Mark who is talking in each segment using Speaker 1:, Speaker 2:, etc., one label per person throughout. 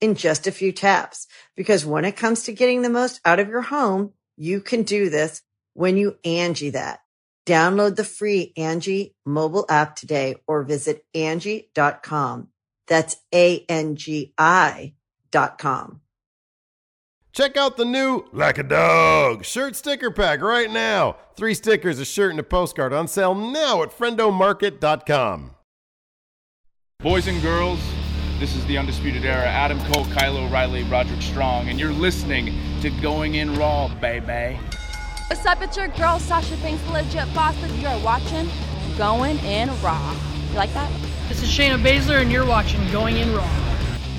Speaker 1: in just a few taps. Because when it comes to getting the most out of your home, you can do this when you Angie that. Download the free Angie mobile app today or visit Angie.com. That's A-N-G-I dot com.
Speaker 2: Check out the new Like a Dog shirt sticker pack right now. Three stickers, a shirt, and a postcard on sale now at friendomarket.com.
Speaker 3: Boys and girls, this is the Undisputed Era. Adam Cole, Kylo Riley, Roderick Strong, and you're listening to Going In Raw, baby.
Speaker 4: What's up? It's your girl Sasha Banks, legit boss. If you're watching Going In Raw, you like that?
Speaker 5: This is Shayna Baszler, and you're watching Going In Raw.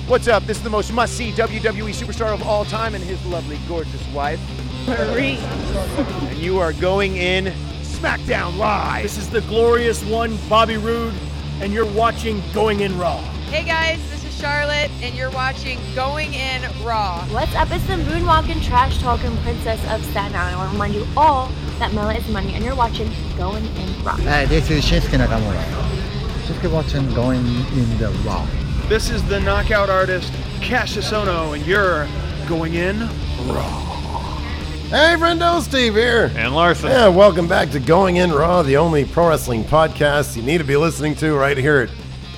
Speaker 6: What's up? This is the most must see WWE superstar of all time and his lovely, gorgeous wife.
Speaker 7: Marie.
Speaker 6: and you are going in SmackDown Live.
Speaker 8: This is the glorious one, Bobby Roode, and you're watching Going In Raw.
Speaker 9: Hey guys, this is Charlotte, and you're watching Going In Raw.
Speaker 10: What's up? It's the moonwalking, trash talking princess of Staten Island. I want to remind you all that Mela is money, and you're watching Going In Raw.
Speaker 11: Hi, this is Shinsuke Nakamura. Shinsuke watching Going In the Raw.
Speaker 12: This is the knockout artist Cassius Ono, and you're Going In Raw.
Speaker 2: Hey, friendo, Steve here.
Speaker 13: And Larson.
Speaker 2: Yeah, welcome back to Going In Raw, the only pro wrestling podcast you need to be listening to right here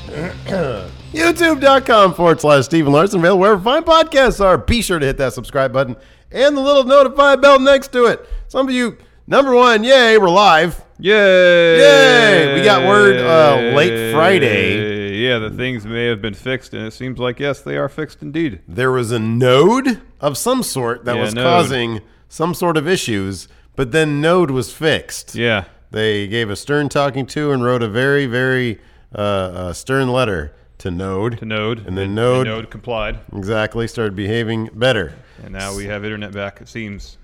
Speaker 2: at YouTube.com forward slash Stephen Larson, available wherever fine podcasts are. Be sure to hit that subscribe button and the little notify bell next to it. Some of you, number one, yay, we're live.
Speaker 13: Yay!
Speaker 2: Yay! We got word, uh, late Friday.
Speaker 13: Yeah, the things may have been fixed, and it seems like yes, they are fixed indeed.
Speaker 2: There was a node of some sort that
Speaker 13: Yeah,
Speaker 2: was
Speaker 13: node.
Speaker 2: causing some sort of issues, but then node was fixed.
Speaker 13: Yeah,
Speaker 2: They gave a stern talking to and wrote a very, very uh, uh, stern letter to Node.
Speaker 13: to Node,
Speaker 2: And then Node,
Speaker 13: Node complied,
Speaker 2: exactly started behaving better.
Speaker 13: and now we have internet back. It seems.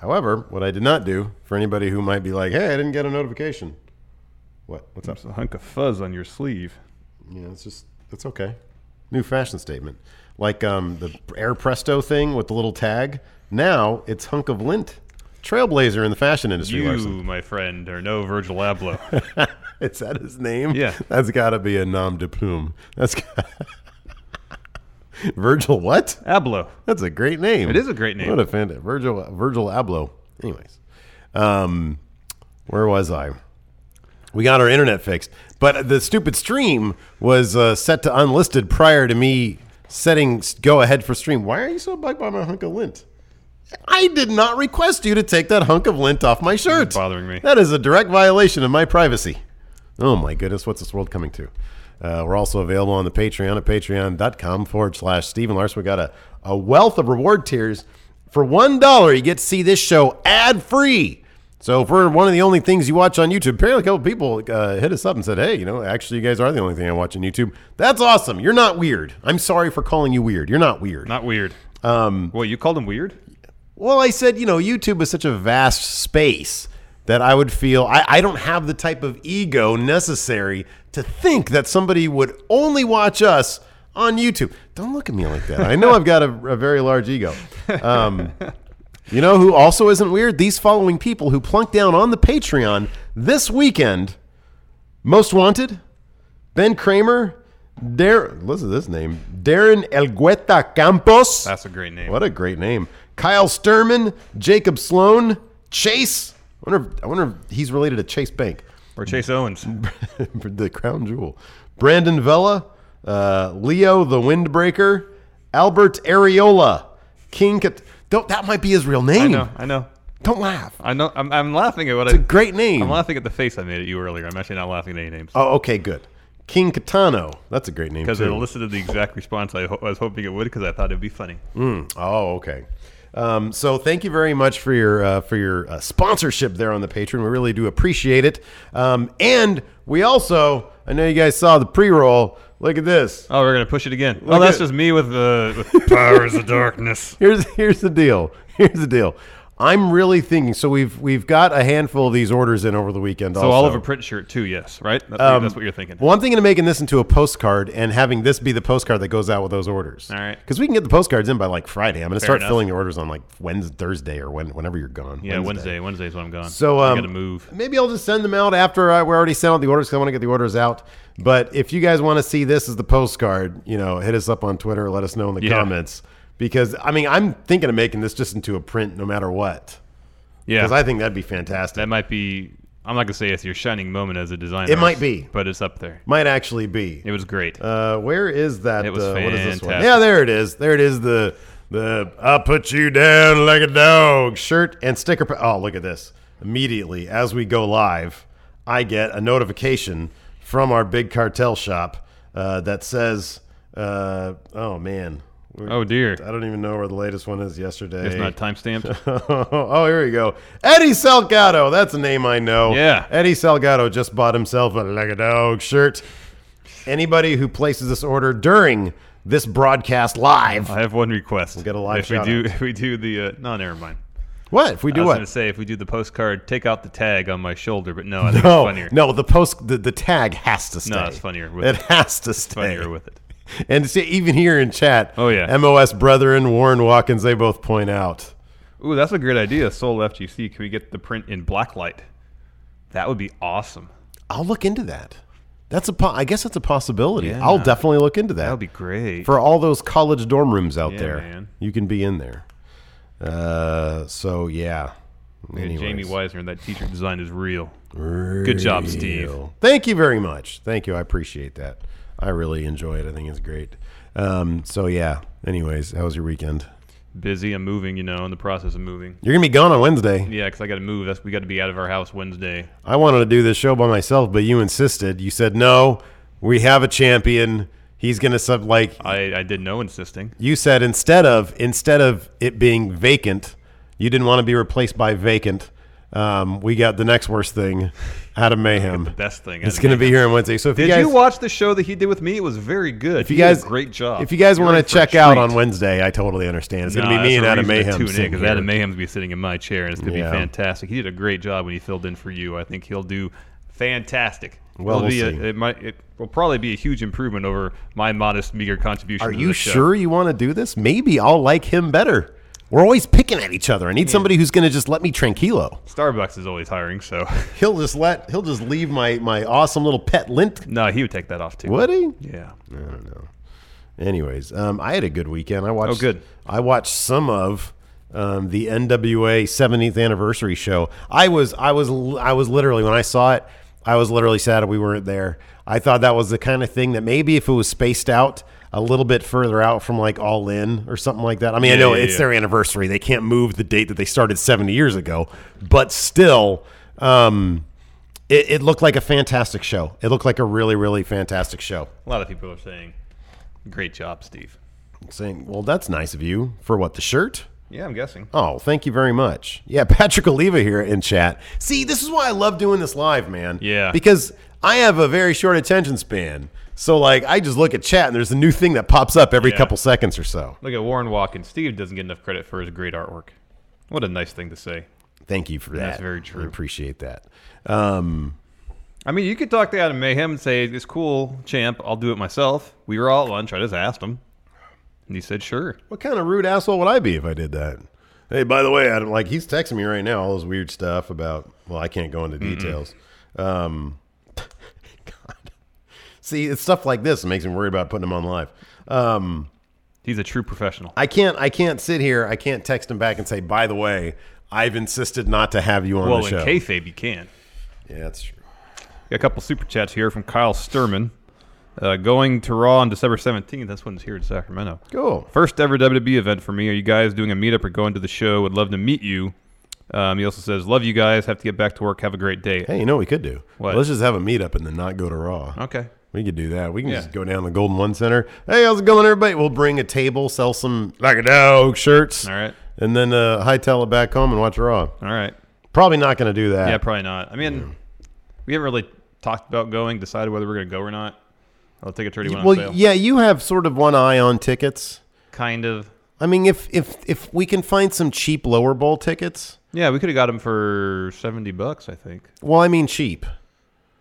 Speaker 2: However, what I did not do for anybody who might be like, "Hey, I didn't get a notification." What? What's up?
Speaker 13: There's a hunk of fuzz on your sleeve.
Speaker 2: Yeah, it's just it's okay. New fashion statement, like um, the Air Presto thing with the little tag. Now it's hunk of lint, trailblazer in the fashion industry.
Speaker 13: You,
Speaker 2: Larson.
Speaker 13: my friend, are no Virgil Abloh.
Speaker 2: Is that his name?
Speaker 13: Yeah.
Speaker 2: That's got to be a nom de plume. That's got- Virgil. What?
Speaker 13: Abloh.
Speaker 2: That's a great name.
Speaker 13: It is a great name.
Speaker 2: What a fantastic Virgil Virgil Abloh. Anyways, um, where was I? We got our internet fixed, but the stupid stream was uh, set to unlisted prior to me setting s- go ahead for stream. Why are you so bugged by my hunk of lint? I did not request you to take that hunk of lint off my shirt.
Speaker 13: bothering me.
Speaker 2: That is a direct violation of my privacy. Oh my goodness, what's this world coming to? Uh, we're also available on the Patreon at patreon.com forward slash Stephen Larson. We got a, a wealth of reward tiers. For $1, you get to see this show ad free. So, for one of the only things you watch on YouTube, apparently a couple people uh, hit us up and said, hey, you know, actually, you guys are the only thing I watch on YouTube. That's awesome. You're not weird. I'm sorry for calling you weird. You're not weird.
Speaker 13: Not weird. Um, Wait, you called him weird?
Speaker 2: Well, I said, you know, YouTube is such a vast space that I would feel I, I don't have the type of ego necessary to think that somebody would only watch us on YouTube. Don't look at me like that. I know I've got a, a very large ego. Um, you know who also isn't weird? These following people who plunked down on the Patreon this weekend Most Wanted, Ben Kramer, Darren, listen to this name, Darren Elgueta Campos.
Speaker 13: That's a great name.
Speaker 2: What a great name. Kyle Sturman, Jacob Sloan, Chase. I wonder, if, I wonder if he's related to Chase Bank,
Speaker 13: Or Chase Owens?
Speaker 2: the crown jewel. Brandon Vella, uh, Leo the Windbreaker, Albert Areola, King. Cat- Don't, that might be his real name.
Speaker 13: I know. I know.
Speaker 2: Don't laugh.
Speaker 13: I know. I'm, I'm laughing at what
Speaker 2: It's
Speaker 13: I.
Speaker 2: a great name.
Speaker 13: I'm laughing at the face I made at you earlier. I'm actually not laughing at any names
Speaker 2: Oh, okay, good. King Catano. That's a great name
Speaker 13: because it
Speaker 2: too.
Speaker 13: elicited the exact response I, ho- I was hoping it would because I thought it'd be funny.
Speaker 2: Mm. Oh, okay. Um, so thank you very much for your uh, for your uh, sponsorship there on the Patreon. We really do appreciate it. Um, and we also, I know you guys saw the pre roll. Look at this.
Speaker 13: Oh, we're gonna push it again.
Speaker 2: Look
Speaker 13: oh, that's
Speaker 2: at-
Speaker 13: just me with the with powers of darkness.
Speaker 2: Here's here's the deal. Here's the deal. I'm really thinking. So we've we've got a handful of these orders in over the weekend.
Speaker 13: So
Speaker 2: also.
Speaker 13: all over print shirt too. Yes, right. That's,
Speaker 2: Um,
Speaker 13: that's what you're thinking.
Speaker 2: Well, I'm thinking of making this into a postcard and having this be the postcard that goes out with those orders. All
Speaker 13: right.
Speaker 2: Because we can get the postcards in by like Friday. I'm going to
Speaker 13: Fair
Speaker 2: start
Speaker 13: enough.
Speaker 2: filling the orders on like Wednesday, Thursday, or when, whenever you're gone.
Speaker 13: Yeah, Wednesday. Wednesday's when I'm gone.
Speaker 2: So
Speaker 13: I
Speaker 2: um,
Speaker 13: gotta move.
Speaker 2: Maybe I'll just send them out after I, we already sent out the orders because I want to get the orders out. But if you guys want to see this as the postcard, you know, hit us up on Twitter. Let us know in the
Speaker 13: Yeah.
Speaker 2: comments because I mean I'm thinking of making this just into a print no matter what.
Speaker 13: Yeah,
Speaker 2: Because I think that'd be fantastic.
Speaker 13: That might be. I'm not gonna say it's your shining moment as a designer.
Speaker 2: It might be.
Speaker 13: but it's up there.
Speaker 2: Might actually be.
Speaker 13: It was great.
Speaker 2: Uh, where is that?
Speaker 13: It was
Speaker 2: uh, what is this one?
Speaker 13: fantastic.
Speaker 2: Yeah, there it is. There it is. The the I put you down like a dog shirt and sticker. pa- Oh, look at this! Immediately as we go live, I get a notification from our big cartel shop uh, that says, uh, "Oh man."
Speaker 13: Oh, dear.
Speaker 2: I don't even know where the latest one is yesterday.
Speaker 13: It's not timestamped.
Speaker 2: oh, here we go. Eddie Salgado. That's a name I know.
Speaker 13: Yeah.
Speaker 2: Eddie Salgado just bought himself a like a dog shirt. Anybody who places this order during this broadcast live.
Speaker 13: I have one request. We'll
Speaker 2: get a live
Speaker 13: if we
Speaker 2: shout
Speaker 13: do,
Speaker 2: out.
Speaker 13: if we do the uh, no, never mind.
Speaker 2: What? If we do
Speaker 13: I was
Speaker 2: what?
Speaker 13: gonna say if we do the postcard, take out the tag on my shoulder, but no, I think it's
Speaker 2: no,
Speaker 13: funnier.
Speaker 2: no, the post the, the tag has to stay.
Speaker 13: No, it's funnier with
Speaker 2: it
Speaker 13: it.
Speaker 2: has to
Speaker 13: It's
Speaker 2: stay.
Speaker 13: funnier with it.
Speaker 2: And see, even here in chat,
Speaker 13: Oh, yeah.
Speaker 2: MOS brethren, Warren Watkins, they both point out.
Speaker 13: Ooh, that's a great idea. Soul FGC. Can we get the print in black light? That would be awesome.
Speaker 2: I'll look into that. That's a po- I guess that's a possibility.
Speaker 13: Yeah.
Speaker 2: I'll definitely look into that.
Speaker 13: That would be great.
Speaker 2: for all those college dorm rooms out
Speaker 13: Yeah,
Speaker 2: there.
Speaker 13: man.
Speaker 2: You can be in there. Uh, so yeah.
Speaker 13: Yeah,
Speaker 2: Anyways.
Speaker 13: Jamie Weisner, that t-shirt design is real. Good job, Steve.
Speaker 2: Real. Thank you very much. Thank you. I appreciate that. I really enjoy it. I think it's great. Um, so yeah. Anyways, how was your weekend?
Speaker 13: Busy. I'm moving. You know, in the process of moving.
Speaker 2: You're gonna be gone on Wednesday.
Speaker 13: Yeah, because I got to move. That's we got to be out of our house Wednesday.
Speaker 2: I wanted to do this show by myself, but you insisted. You said no. We have a champion. He's gonna sub like
Speaker 13: I, I did no insisting.
Speaker 2: You said instead of instead of it being vacant, you didn't want to be replaced by vacant. Um, we got the next worst thing out of mayhem. the
Speaker 13: best thing out
Speaker 2: It's
Speaker 13: of
Speaker 2: going to be
Speaker 13: Mayhem.
Speaker 2: here on Wednesday. So if
Speaker 13: did
Speaker 2: you guys,
Speaker 13: watch the show that he did with me? It was very good.
Speaker 2: if you
Speaker 13: He did a
Speaker 2: guys,
Speaker 13: great job.
Speaker 2: If you guys
Speaker 13: You're
Speaker 2: want to
Speaker 13: in for a
Speaker 2: check out
Speaker 13: treat.
Speaker 2: on Wednesday, I totally understand. It's going
Speaker 13: Nah,
Speaker 2: to be me and
Speaker 13: that's a
Speaker 2: Adam
Speaker 13: reason to
Speaker 2: Mayhem.
Speaker 13: Tune in
Speaker 2: sitting
Speaker 13: because Adam
Speaker 2: here.
Speaker 13: Mayhem's gonna be sitting in my chair, and it's gonna
Speaker 2: Yeah.
Speaker 13: be fantastic. He did a great job when he filled in for you. I think he'll do fantastic.
Speaker 2: Well,
Speaker 13: It'll
Speaker 2: we'll
Speaker 13: be a-
Speaker 2: see.
Speaker 13: it might it will probably be a huge improvement over my modest, meager contribution.
Speaker 2: Are
Speaker 13: to
Speaker 2: you
Speaker 13: the show.
Speaker 2: sure you want to do this? Maybe I'll like him better. We're always picking at each other. I need somebody who's going to just let me tranquilo.
Speaker 13: Starbucks is always hiring, so
Speaker 2: He'll just let he'll just leave my my awesome little pet lint.
Speaker 13: no, he would take that off too.
Speaker 2: Would he?
Speaker 13: Yeah.
Speaker 2: I don't know. Anyways, um, I had a good weekend. I watched.
Speaker 13: Oh, good.
Speaker 2: I watched some of um, the NWA 70th anniversary show. I was, I was, I was literally when I saw it, I was literally sad we weren't there. I thought that was the kind of thing that maybe if it was spaced out a little bit further out from like All In or something like that. I mean, I
Speaker 13: Yeah,
Speaker 2: know
Speaker 13: yeah,
Speaker 2: it's
Speaker 13: yeah.
Speaker 2: their anniversary; they can't move the date that they started 70 years ago, but still. Um, it, it looked like a fantastic show. It looked like a really, really fantastic show.
Speaker 13: A lot of people are saying, "Great job, Steve."
Speaker 2: Saying, well, that's nice of you. For what, the shirt?
Speaker 13: Yeah, I'm guessing.
Speaker 2: Oh, thank you very much. Yeah, Patrick Oliva here in chat. See, this is why I love doing this live, man.
Speaker 13: Yeah.
Speaker 2: Because I have a very short attention span. So, like, I just look at chat and there's a new thing that pops up every
Speaker 13: Yeah.
Speaker 2: couple seconds or so.
Speaker 13: Look at Warren Walken. Steve doesn't get enough credit for his great artwork. What a nice thing to say.
Speaker 2: Thank you for that.
Speaker 13: That's very true.
Speaker 2: I appreciate that. Um,
Speaker 13: I mean, you could talk to Adam Mayhem and say, "It's cool, champ. I'll do it myself." We were all at lunch. I just asked him, and he said, "Sure."
Speaker 2: what kind of rude asshole would I be if I did that? Hey, by the way, Adam, like, he's texting me right now all this weird stuff about, well, I can't go into details. Um, See, it's stuff like this that makes me worried about putting him on live. Um,
Speaker 13: He's a true professional.
Speaker 2: I can't I can't sit here. I can't text him back and say, by the way, I've insisted not to have you on
Speaker 13: well,
Speaker 2: the
Speaker 13: in
Speaker 2: show.
Speaker 13: kayfabe, you can.
Speaker 2: yeah, that's true.
Speaker 13: Got a couple super chats here from Kyle Sturman. Uh, going to Raw on December 17th. That's when it's here in Sacramento.
Speaker 2: Cool.
Speaker 13: First ever WWE event for me. Are you guys doing a meetup or going to the show? Would love to meet you. Um, he also says, Love you guys. Have to get back to work. Have a great day.
Speaker 2: Hey, you know what we could do?
Speaker 13: What?
Speaker 2: Let's just have a meetup and then not go to Raw.
Speaker 13: Okay.
Speaker 2: We could do that. We can
Speaker 13: Yeah.
Speaker 2: just go down to the Golden One Center. Hey, how's it going, everybody? We'll bring a table, sell some like a dog shirts. All
Speaker 13: right.
Speaker 2: And then uh, hightail it back home and watch Raw. All
Speaker 13: right.
Speaker 2: Probably not going to do that.
Speaker 13: Yeah, probably not. I mean, we haven't really talked about going, decided whether we're going to go or not. I'll take a 31
Speaker 2: well,
Speaker 13: on sale.
Speaker 2: yeah, you have sort of one eye on tickets.
Speaker 13: Kind of.
Speaker 2: I mean, if if if we can find some cheap lower bowl tickets,
Speaker 13: Yeah, we could have got him for 70 bucks, I think.
Speaker 2: well, I mean cheap.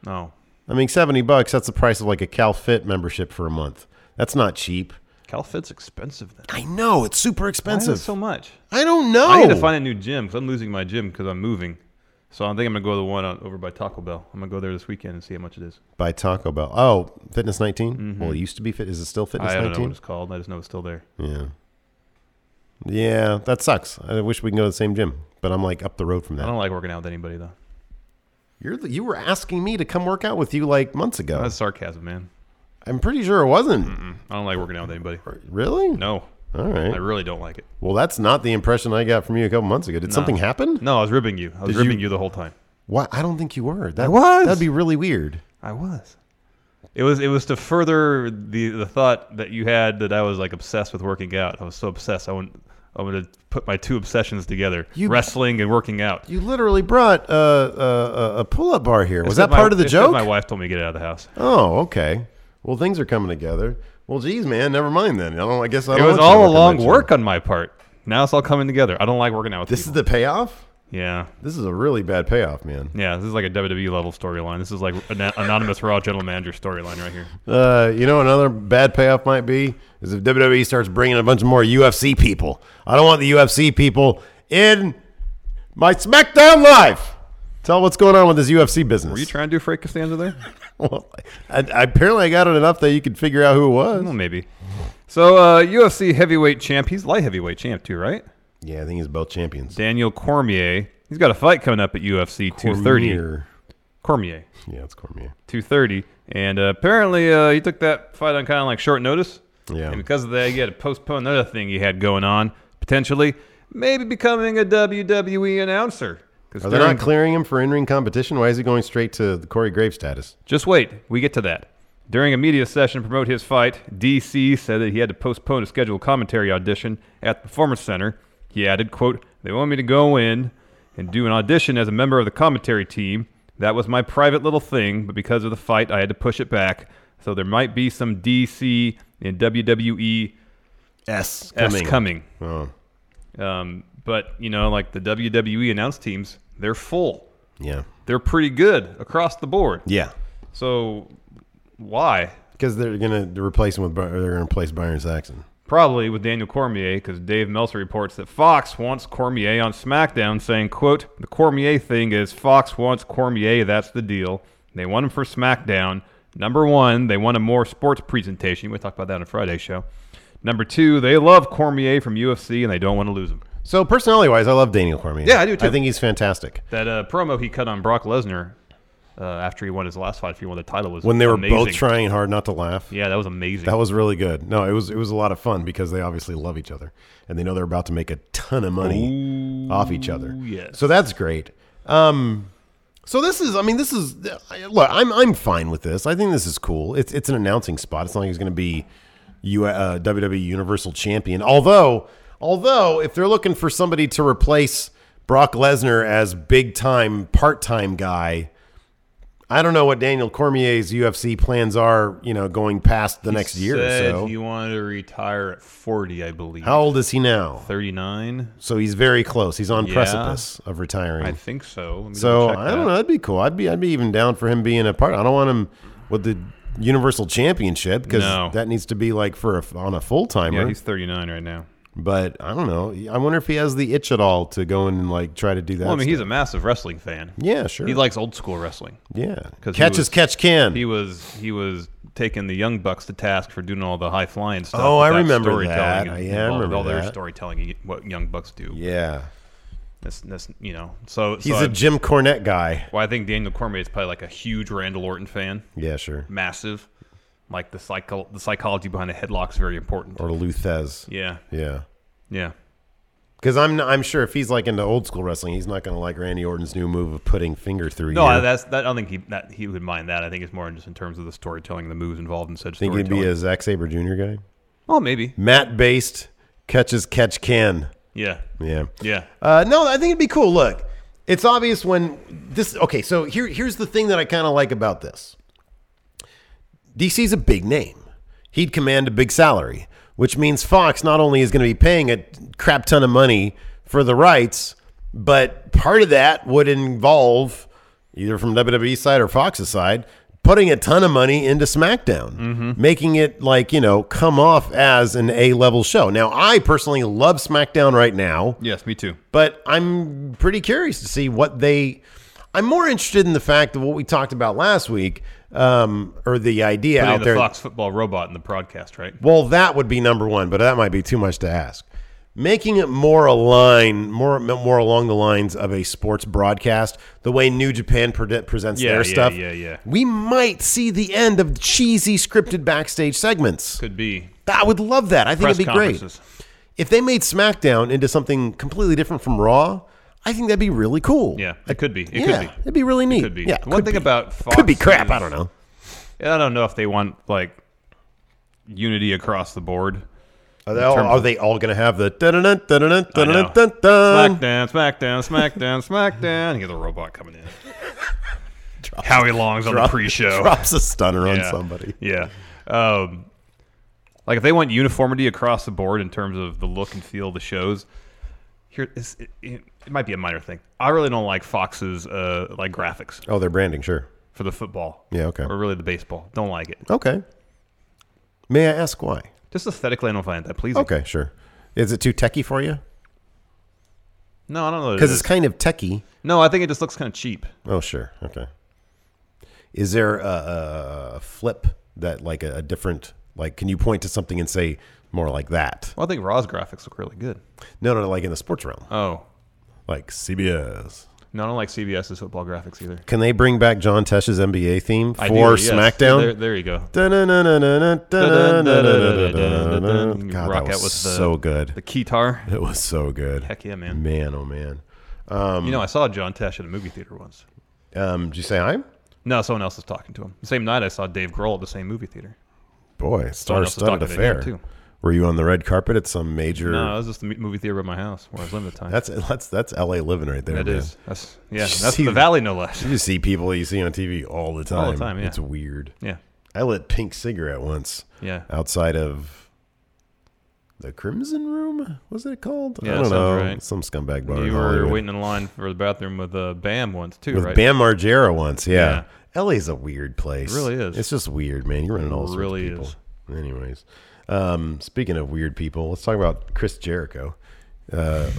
Speaker 13: No.
Speaker 2: I mean seventy bucks. That's the price of like a CalFit membership for a month. That's not cheap.
Speaker 13: CalFit's expensive. Then.
Speaker 2: I know it's super
Speaker 13: Why
Speaker 2: expensive. Oh!
Speaker 13: is it so much?
Speaker 2: I don't know.
Speaker 13: I need to find a new gym because I'm losing my gym because I'm moving. So I think I'm going to go to the one out over by Taco Bell. I'm going to go there this weekend and see how much it is.
Speaker 2: by Taco Bell. Oh, Fitness 19. Well, it used to be fit. Is it still Fitness
Speaker 13: Mm-hmm. I don't know
Speaker 2: 19?
Speaker 13: what it's called. I just know it's still there.
Speaker 2: Yeah. Yeah, that sucks. I wish we can go to the same gym, but I'm like up the road from
Speaker 13: I
Speaker 2: that.
Speaker 13: don't like working out with anybody though.
Speaker 2: You're the, you were asking me to come work out with you like months ago.
Speaker 13: That's sarcasm, man.
Speaker 2: I'm pretty sure it wasn't.
Speaker 13: I don't like working out with anybody.
Speaker 2: Really?
Speaker 13: No.
Speaker 2: All right.
Speaker 13: I really don't like it.
Speaker 2: Well, that's not the impression I got from you a couple months ago. Did
Speaker 13: No.
Speaker 2: something happen?
Speaker 13: No, I was ribbing you. I was
Speaker 2: Did
Speaker 13: ribbing
Speaker 2: you-
Speaker 13: you the whole time.
Speaker 2: Why? I don't think you were. That
Speaker 13: was.
Speaker 2: That'd be really weird.
Speaker 13: I was. It was it was to further the the thought that you had that I was like obsessed with working out. I was so obsessed. I want I wanted to put my two obsessions together:
Speaker 2: You-
Speaker 13: wrestling and working out.
Speaker 2: You literally brought uh, uh, a pull-up bar here. Was
Speaker 13: Except
Speaker 2: that
Speaker 13: my-
Speaker 2: part of the
Speaker 13: except
Speaker 2: joke?
Speaker 13: My wife told me to get out of the house.
Speaker 2: Oh, okay. Well, things are coming together. Well, geez, man, never mind then. I don't. I guess I
Speaker 13: It
Speaker 2: don't
Speaker 13: was
Speaker 2: want you to
Speaker 13: all
Speaker 2: work
Speaker 13: a
Speaker 2: at
Speaker 13: long
Speaker 2: that
Speaker 13: work on my part. Now it's all coming together. I don't like working out with
Speaker 2: This
Speaker 13: people.
Speaker 2: is the payoff.
Speaker 13: Yeah.
Speaker 2: This is a really bad payoff, man.
Speaker 13: Yeah, this is like a WWE level storyline. This is like an anonymous Raw general manager storyline right here.
Speaker 2: Uh, you know, another bad payoff might be is if WWE starts bringing a bunch of more UFC people. I don't want the UFC people in my SmackDown Live. Tell what's going on with this UFC business.
Speaker 13: Were you trying to do Frank Costanza there?
Speaker 2: well, I, I- apparently, I got it enough that you could figure out who it was.
Speaker 13: Well, maybe. So uh, UFC heavyweight champ. He's light heavyweight champ too, right?
Speaker 2: Yeah, I think he's both champions.
Speaker 13: Daniel Cormier. He's got a fight coming up at UFC 230.
Speaker 2: Cormier.
Speaker 13: Cormier.
Speaker 2: Yeah, it's Cormier.
Speaker 13: 230. And uh, apparently uh, he took that fight on kind of like short notice.
Speaker 2: Yeah.
Speaker 13: And because of that, he had to postpone another thing he had going on, potentially. Maybe becoming a WWE announcer. 'Cause
Speaker 2: Are they
Speaker 13: during-
Speaker 2: not clearing him for in-ring competition? Why is he going straight to the Corey Graves status?
Speaker 13: Just wait, we get to that. During a media session to promote his fight, DC said that he had to postpone a scheduled commentary audition at the Performance Center. He added, quote, They want me to go in and do an audition as a member of the commentary team. That was my private little thing, but because of the fight, I had to push it back. So there might be some DC and WWE
Speaker 2: S
Speaker 13: S coming.
Speaker 2: Oh,
Speaker 13: Um, but, you know, like the WWE announced teams, they're full.
Speaker 2: yeah,
Speaker 13: They're pretty good across the board.
Speaker 2: yeah.
Speaker 13: So why?
Speaker 2: Because they're gonna replace him with Byr- they're gonna replace Byron Saxon.
Speaker 13: Probably with Daniel Cormier, because Dave Meltzer reports that Fox wants Cormier on SmackDown, saying, quote, the Cormier thing is Fox wants Cormier, that's the deal. They want him for SmackDown. Number one, they want a more sports presentation. We talked about that on Friday's show. Number two, they love Cormier from UFC and they don't want to lose him.
Speaker 2: So personality wise, I love Daniel Cormier.
Speaker 13: Yeah, I do, too.
Speaker 2: I think he's fantastic.
Speaker 13: That uh, promo he cut on Brock Lesnar uh, after he won his last fight, if he won the title, was
Speaker 2: When they were
Speaker 13: amazing.
Speaker 2: both trying hard not to laugh,
Speaker 13: Yeah, that was amazing.
Speaker 2: that was really good. No, it was it was a lot of fun because they obviously love each other and they know they're about to make a ton of money off each other.
Speaker 13: yes.
Speaker 2: So that's great. Um, so this is, I mean, this is I- look, I'm I'm fine with this. I think this is cool. It's it's an announcing spot. It's not like he's going to be U, uh, WWE Universal Champion. Although although if they're looking for somebody to replace Brock Lesnar as big time part time guy. I don't know what Daniel Cormier's UFC plans are, you know, going past the next year or
Speaker 13: Said
Speaker 2: so.
Speaker 13: he wanted to retire at 40, I believe.
Speaker 2: How old is he now?
Speaker 13: 39?
Speaker 2: So he's very close. He's on
Speaker 13: Yeah.
Speaker 2: precipice of retiring.
Speaker 13: I think so. Let me
Speaker 2: so
Speaker 13: double check
Speaker 2: I don't
Speaker 13: that.
Speaker 2: know. That'd be cool. I'd be I'd be even down for him being a part. I don't want him with the Universal Championship because
Speaker 13: No.
Speaker 2: that needs to be like for a, on a full timer.
Speaker 13: Yeah, he's 39 right now.
Speaker 2: but I don't know. I wonder if he has the itch at all to go in and like try to do that.
Speaker 13: Well, I mean, he's
Speaker 2: stuff.
Speaker 13: a massive wrestling fan.
Speaker 2: Yeah, sure.
Speaker 13: He likes old school wrestling.
Speaker 2: yeah.
Speaker 13: 'Cause he
Speaker 2: Catch
Speaker 13: was-
Speaker 2: as catch can.
Speaker 13: He was he was taking the young bucks to task for doing all the high flying stuff.
Speaker 2: Oh,
Speaker 13: but
Speaker 2: I
Speaker 13: that's
Speaker 2: remember
Speaker 13: storytelling
Speaker 2: that.
Speaker 13: and
Speaker 2: Yeah, I
Speaker 13: all-
Speaker 2: remember
Speaker 13: all their
Speaker 2: that.
Speaker 13: storytelling. What young bucks do.
Speaker 2: yeah,
Speaker 13: That's, that's you know. So
Speaker 2: he's
Speaker 13: so
Speaker 2: a Jim Cornette guy.
Speaker 13: I, well, I think Daniel Cormier is probably like a huge Randall Orton fan,
Speaker 2: Yeah, sure.
Speaker 13: massive. Like the psycho- the psychology behind a headlock's very important.
Speaker 2: or Luthez.
Speaker 13: Yeah.
Speaker 2: Yeah.
Speaker 13: Yeah.
Speaker 2: Because I'm I'm sure if he's like into old school wrestling, he's not going to like Randy Orton's new move of putting finger through
Speaker 13: No,
Speaker 2: you.
Speaker 13: I- that's that. I don't think he that he would mind that. I think it's more just in terms of the storytelling, the moves involved, and such.
Speaker 2: Think he'd
Speaker 13: storytelling.
Speaker 2: be a Zack Saber Jr. guy.
Speaker 13: Oh, maybe.
Speaker 2: Matt based catches catch can.
Speaker 13: Yeah.
Speaker 2: Yeah.
Speaker 13: Yeah.
Speaker 2: Uh, no, I think it'd be cool. Look, it's obvious when this. Okay, so here here's the thing that I kind of like about this. DC's a big name. He'd command a big salary, which means Fox not only is going to be paying a crap ton of money for the rights, but part of that would involve either from WWE's side or Fox's side putting a ton of money into SmackDown, making it like, you know, come off as an A-level show. Now, I personally love SmackDown right now.
Speaker 13: Yes, me too.
Speaker 2: But I'm pretty curious to see what they. I'm more interested in the fact of what we talked about last week, um, or the idea
Speaker 13: Putting
Speaker 2: out
Speaker 13: the
Speaker 2: there.
Speaker 13: Fox football robot in the broadcast, right?
Speaker 2: Well, that would be number one, but that might be too much to ask. Making it more align, more more along the lines of a sports broadcast, the way New Japan pre- presents
Speaker 13: Yeah,
Speaker 2: their
Speaker 13: yeah,
Speaker 2: stuff.
Speaker 13: yeah, yeah.
Speaker 2: We might see the end of cheesy scripted backstage segments.
Speaker 13: Could be.
Speaker 2: I would love that. I think
Speaker 13: Press
Speaker 2: it'd be great.
Speaker 13: conferences.
Speaker 2: If they made SmackDown into something completely different from Raw, I think that'd be really cool.
Speaker 13: Yeah, it could be. It
Speaker 2: yeah,
Speaker 13: could be.
Speaker 2: It'd be really neat.
Speaker 13: Could be.
Speaker 2: Yeah,
Speaker 13: The One
Speaker 2: could
Speaker 13: thing
Speaker 2: be.
Speaker 13: about Fox
Speaker 2: could be crap.
Speaker 13: is-
Speaker 2: I don't know.
Speaker 13: I don't know if they want like unity across the board.
Speaker 2: Are they all, are they all going to have the dun dun dun dun
Speaker 13: I
Speaker 2: dun
Speaker 13: know.
Speaker 2: dun dun dun?
Speaker 13: Smackdown, Smackdown, Smackdown, Smackdown. You get the robot coming in. Howie Long's on the
Speaker 2: drop-
Speaker 13: pre-show.
Speaker 2: drops a stunner on
Speaker 13: Yeah.
Speaker 2: somebody.
Speaker 13: Yeah. Um, like if they want uniformity across the board in terms of the look and feel of the shows, here it's, it, it, it might be a minor thing. I really don't like Fox's uh, like graphics
Speaker 2: Oh, they're branding, sure.
Speaker 13: for the football.
Speaker 2: Yeah, okay.
Speaker 13: Or really the baseball. Don't like it.
Speaker 2: Okay. May I ask why?
Speaker 13: Just aesthetically, I don't find that pleasing.
Speaker 2: Okay, sure. Is it too techy for you?
Speaker 13: No, I don't know. what it
Speaker 2: Because
Speaker 13: is.
Speaker 2: it's kind of techy.
Speaker 13: no, I think it just looks kind of cheap.
Speaker 2: Oh, sure. Okay. Is there a, a flip that like a, a different like? Can you point to something and say more like that?
Speaker 13: Well, I think Raw's graphics look really good.
Speaker 2: No, no, like in the sports realm,
Speaker 13: Oh,
Speaker 2: like CBS.
Speaker 13: no, I don't like CBS's football graphics either.
Speaker 2: Can they bring back John Tesh's NBA theme for
Speaker 13: Ideally, yes. There,
Speaker 2: SmackDown?
Speaker 13: there you go.
Speaker 2: God, that
Speaker 13: Rock out
Speaker 2: was
Speaker 13: with the-
Speaker 2: so good.
Speaker 13: The guitar.
Speaker 2: It was so good.
Speaker 13: Heck yeah, man.
Speaker 2: Man, oh man. Um,
Speaker 13: You know, I saw John Tesh at a movie theater once.
Speaker 2: um, did you say I'm?
Speaker 13: No, someone else was talking to him. The same night I saw Dave Grohl at the same movie theater.
Speaker 2: Boy,
Speaker 13: Someone else was
Speaker 2: star-studded
Speaker 13: talking to him,
Speaker 2: affair.
Speaker 13: too.
Speaker 2: Were you on the red carpet at some major?
Speaker 13: No, it was just the m- movie theater by my house where I was living at the time.
Speaker 2: That's that's that's LA living right there.
Speaker 13: That
Speaker 2: man.
Speaker 13: is. That's- yeah,
Speaker 2: You
Speaker 13: that's the valley, no less.
Speaker 2: You just see people that you see on TV all the time.
Speaker 13: All the time, yeah.
Speaker 2: It's weird.
Speaker 13: Yeah.
Speaker 2: I lit pink cigarette once.
Speaker 13: Yeah.
Speaker 2: Outside of the Crimson Room, was it called?
Speaker 13: Yeah,
Speaker 2: I
Speaker 13: that
Speaker 2: don't
Speaker 13: sounds
Speaker 2: know.
Speaker 13: right.
Speaker 2: Some scumbag bar. in
Speaker 13: you were
Speaker 2: Hollywood.
Speaker 13: waiting in line for the bathroom with uh, Bam once, too,
Speaker 2: with
Speaker 13: right?
Speaker 2: Bam Margera once. Yeah. LA's a weird place.
Speaker 13: It really is.
Speaker 2: It's just weird, man. You're running all sorts
Speaker 13: Really
Speaker 2: of people.
Speaker 13: is.
Speaker 2: Anyways, um, speaking of weird people, let's talk about Chris Jericho. Uh,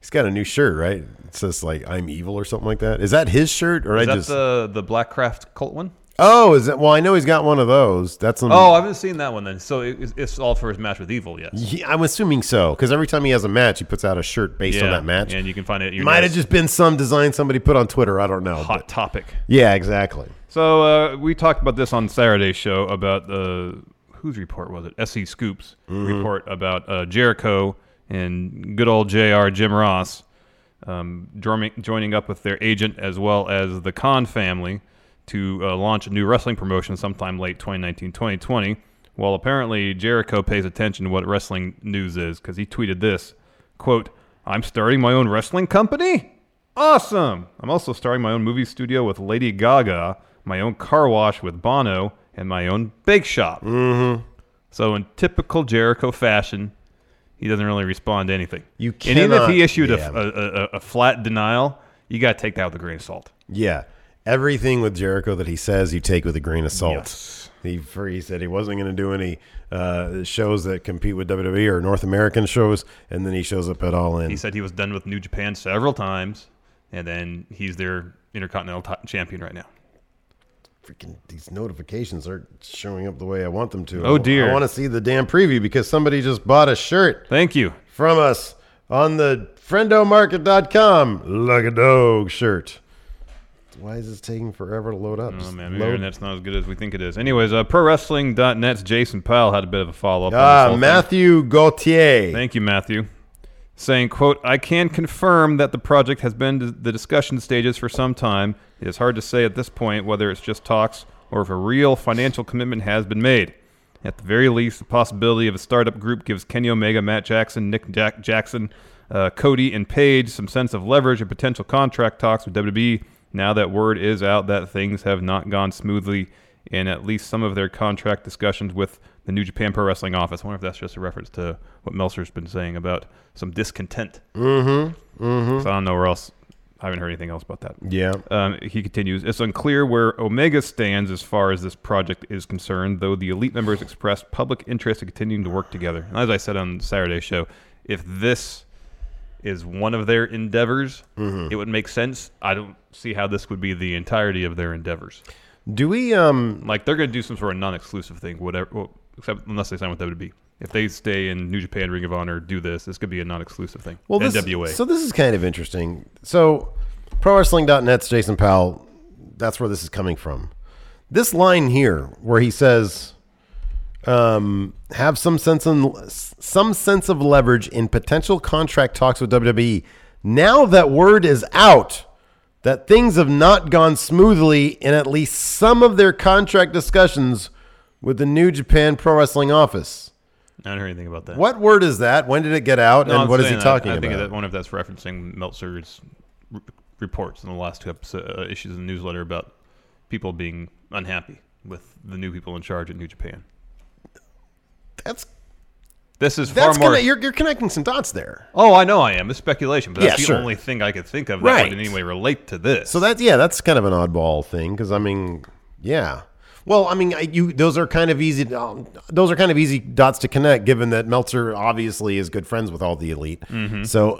Speaker 2: he's got a new shirt, right? It says like "I'm evil" or something like that. Is that his shirt, or
Speaker 13: Is
Speaker 2: I
Speaker 13: that
Speaker 2: just?
Speaker 13: the, the Blackcraft cult one?
Speaker 2: Oh, is it? Well, I know he's got one of those. That's an,
Speaker 13: Oh, I haven't seen that one then. So it, it's- it's all for his match with Evil, yes.
Speaker 2: Yeah, I'm assuming so because every time he has a match, he puts out a shirt based on
Speaker 13: Yeah,
Speaker 2: that match.
Speaker 13: and you can find it at your
Speaker 2: Might have
Speaker 13: nearest-
Speaker 2: just been some design somebody put on Twitter. I don't know.
Speaker 13: Hot
Speaker 2: but-
Speaker 13: topic.
Speaker 2: Yeah, exactly.
Speaker 13: So uh, we talked about this on Saturday's show about uh, whose report was it? SC Scoops report about uh, Jericho and good old JR Jim Ross um, joining, joining up with their agent as well as the Khan family to uh, launch a new wrestling promotion sometime late 2019 2020. Well, apparently Jericho pays attention to what wrestling news is because he tweeted this quote, I'm starting my own wrestling company? Awesome! I'm also starting my own movie studio with Lady Gaga, my own car wash with Bono, and my own bake shop. Mm-hmm. So, in typical Jericho fashion, he doesn't really respond to anything.
Speaker 2: You
Speaker 13: and even if
Speaker 2: cannot-
Speaker 13: he issued
Speaker 2: yeah.
Speaker 13: a, a, a, a flat denial, you got to take that with a grain of salt.
Speaker 2: Yeah. Everything with Jericho that he says, you take with a grain of salt. He, for, he said he wasn't going to do any uh, shows that compete with WWE or North American shows, and then he shows up at All In.
Speaker 13: He said he was done with New Japan several times, and then he's their intercontinental ti- champion right now.
Speaker 2: Freaking these notifications aren't showing up the way I want them to.
Speaker 13: Oh, dear.
Speaker 2: I want to see the damn preview because somebody just bought a shirt
Speaker 13: Thank you.
Speaker 2: from us on the friendomarket.com. Like a dog shirt. Why is this taking forever to load up?
Speaker 13: Oh
Speaker 2: Just
Speaker 13: man, maybe
Speaker 2: load-
Speaker 13: our internet's not as good as we think it is. Anyways, uh, ProWrestling.net's Jason Powell had a bit of a follow up.
Speaker 2: Ah, Matthew Gauthier.
Speaker 13: Thank you, Matthew. Saying, "quote I can confirm that the project has been to the discussion stages for some time. It is hard to say at this point whether it's just talks or if a real financial commitment has been made. At the very least, the possibility of a startup group gives Kenny Omega, Matt Jackson, Nick Jack- Jackson, uh, Cody, and Page some sense of leverage and potential contract talks with WWE. Now that word is out that things have not gone smoothly in at least some of their contract discussions with the New Japan Pro Wrestling office. I wonder if that's just a reference to what Meltzer's been saying about some discontent.
Speaker 2: Mm-hmm. Mm-hmm.
Speaker 13: So I don't know where else. I haven't heard anything else about that.
Speaker 2: Yeah.
Speaker 13: Um, he continues. It's unclear where Omega stands as far as this project is concerned, though the elite members expressed public interest in continuing to work together. And as I said on Saturday's show, if this is one of their endeavors,
Speaker 2: Mm-hmm.
Speaker 13: it would make sense. I don't see how this would be the entirety of their endeavors.
Speaker 2: Do we um
Speaker 13: like they're going to do some sort of non-exclusive thing, whatever, well, except unless they sign with WWE. If they stay in New Japan, Ring of Honor, do this, this could be a non-exclusive thing.
Speaker 2: Well, this,
Speaker 13: NWA.
Speaker 2: So this is kind of interesting. So ProWrestling.net's Jason Powell, that's where this is coming from. This line here, where he says, um, "Have some sense in, some sense of leverage in potential contract talks with WWE." Now that word is out that things have not gone smoothly in at least some of their contract discussions with the New Japan Pro Wrestling office.
Speaker 13: I don't hear anything about that.
Speaker 2: What word is that? When did it get out?
Speaker 13: No, I'm
Speaker 2: and what is he
Speaker 13: saying that-
Speaker 2: talking
Speaker 13: I
Speaker 2: about?
Speaker 13: think that one of that's referencing Meltzer's r- reports in the last two episodes, uh, issues of the newsletter about people being unhappy with the new people in charge at New Japan.
Speaker 2: That's
Speaker 13: this is far
Speaker 2: That's
Speaker 13: more.
Speaker 2: gonna, you're, you're connecting some dots there.
Speaker 13: oh, I know I am. It's speculation, but that's
Speaker 2: Yeah,
Speaker 13: the
Speaker 2: sure.
Speaker 13: only thing I could think of that
Speaker 2: Right.
Speaker 13: would in any way relate to this.
Speaker 2: So that yeah, that's kind of an oddball thing because I mean, yeah. Well, I mean, I- you those are kind of easy. um, Those are kind of easy dots to connect, given that Meltzer obviously is good friends with all the elite.
Speaker 13: Mhm.
Speaker 2: So,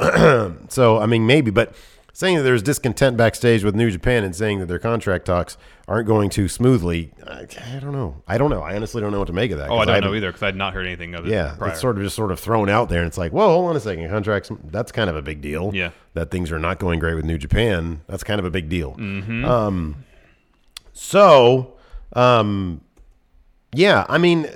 Speaker 2: so I mean, maybe, but saying that there's discontent backstage with New Japan and saying that their contract talks aren't going too smoothly, I, I don't know. I don't know. I honestly don't know what to make of that.
Speaker 13: oh, I
Speaker 2: 'cause
Speaker 13: don't know
Speaker 2: haven't-
Speaker 13: either because I'd not heard anything of it.
Speaker 2: Yeah,
Speaker 13: prior.
Speaker 2: it's sort of just sort of thrown out there, and it's like, well, hold on a second, contracts. That's kind of a big deal.
Speaker 13: Yeah.
Speaker 2: that things are not going great with New Japan. That's kind of a big deal.
Speaker 13: Mhm.
Speaker 2: Um, so, um, yeah, I mean,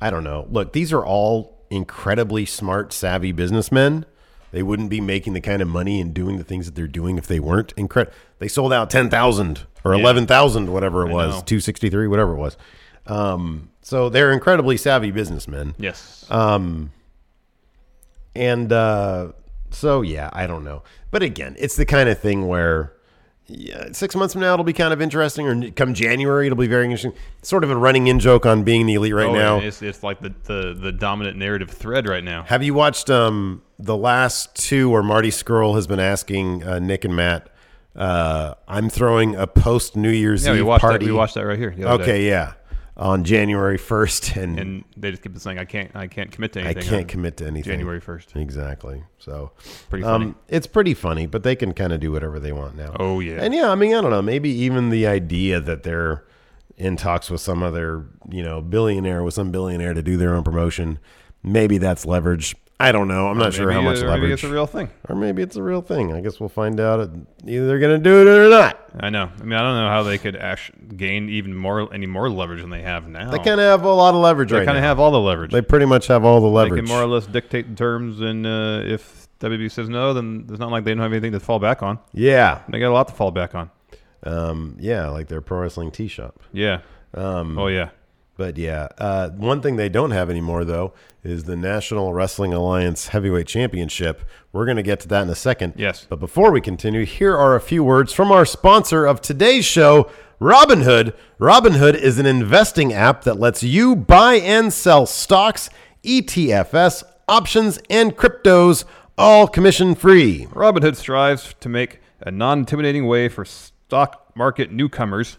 Speaker 2: I don't know. Look, these are all incredibly smart, savvy businessmen. They wouldn't be making the kind of money and doing the things that they're doing if they weren't incredible. They sold out ten thousand or
Speaker 13: Yeah.
Speaker 2: eleven thousand, whatever it
Speaker 13: I
Speaker 2: was,
Speaker 13: know.
Speaker 2: two sixty three, whatever it was. Um, so they're incredibly savvy businessmen.
Speaker 13: Yes.
Speaker 2: Um, and uh, so yeah, I don't know, but again, it's the kind of thing where yeah, six months from now it'll be kind of interesting, or come January it'll be very interesting. Sort of a running in joke on being the elite right
Speaker 13: Oh, and
Speaker 2: now.
Speaker 13: it's, it's like the, the the dominant narrative thread right now.
Speaker 2: Have you watched um, the last two where Marty Skrull has been asking uh, Nick and Matt? Uh, I'm throwing a post New Year's
Speaker 13: Yeah,
Speaker 2: Eve
Speaker 13: we watched that-
Speaker 2: party.
Speaker 13: we watched that right here the other
Speaker 2: Okay,
Speaker 13: day.
Speaker 2: yeah, on January first, and,
Speaker 13: And they just keep saying, "I can't, I can't commit to
Speaker 2: I
Speaker 13: anything." on
Speaker 2: can't commit to anything.
Speaker 13: January first.
Speaker 2: exactly. So um,
Speaker 13: Pretty funny.
Speaker 2: it's pretty funny, but they can kind of do whatever they want now.
Speaker 13: Oh, yeah.
Speaker 2: and yeah, I mean, I don't know. Maybe even the idea that they're in talks with some other, you know, billionaire with some billionaire to do their own promotion. Maybe that's leverage. I don't know. I'm
Speaker 13: Or
Speaker 2: not sure how
Speaker 13: maybe-
Speaker 2: much
Speaker 13: or
Speaker 2: leverage.
Speaker 13: Maybe it's a real thing.
Speaker 2: or maybe it's a real thing. I guess we'll find out. Either they're going to do it or they're not.
Speaker 13: I know. I mean, I don't know how they could actually gain even more, any more leverage than they have now.
Speaker 2: They kind of have a lot of leverage
Speaker 13: Oh. They
Speaker 2: right
Speaker 13: kinda
Speaker 2: now.
Speaker 13: have all the leverage.
Speaker 2: They pretty much have all the
Speaker 13: They
Speaker 2: leverage.
Speaker 13: can more or less dictate the terms, and uh, if WB says no, then it's not like they don't have anything to fall back on.
Speaker 2: Yeah.
Speaker 13: They got a lot to fall back on.
Speaker 2: Um, yeah, like their pro wrestling tee shop.
Speaker 13: Yeah.
Speaker 2: Um,
Speaker 13: Oh, yeah.
Speaker 2: But yeah, uh, one thing they don't have anymore though is the National Wrestling Alliance Heavyweight Championship. We're going to get to that in a second. Yes. But before we continue, here are a few words from our sponsor of today's show, Robinhood. Robinhood is an investing app that lets you buy and sell stocks, E ETFs, options, and cryptos, all commission free.
Speaker 13: Robinhood strives to make a non-intimidating way for stock market newcomers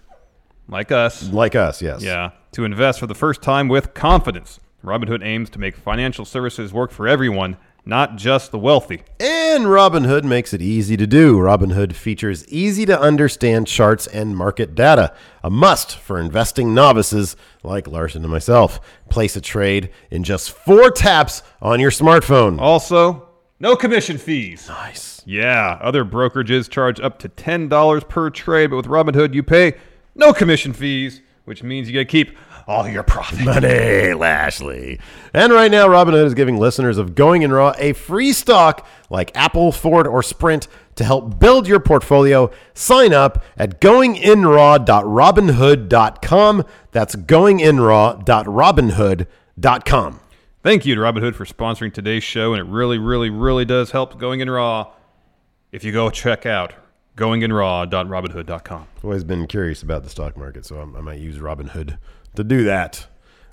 Speaker 13: like us,
Speaker 2: like us, yes,
Speaker 13: yeah, to invest for the first time with confidence. Robinhood aims to make financial services work for everyone, not just the wealthy.
Speaker 2: And Robinhood makes it easy to do. Robinhood features easy to understand charts and market data, a must for investing novices like Larson and myself. Place a trade in just four taps on your smartphone.
Speaker 13: Also, no commission fees.
Speaker 2: Nice.
Speaker 13: Yeah, other brokerages charge up to $10 per trade, but with Robinhood, you pay no commission fees, which means you get to keep all your profit.
Speaker 2: Money, Lashley. And right now, Robinhood is giving listeners of Going in Raw a free stock like Apple, Ford, or Sprint to help build your portfolio. Sign up at goinginraw.robinhood.com. That's goinginraw.robinhood.com.
Speaker 13: Thank you to Robinhood for sponsoring today's show, and it really, really, really does help Going in Raw. If you go check out goinginraw.robinhood.com.
Speaker 2: I've always been curious about the stock market, so I'm- I might use Robinhood to do that.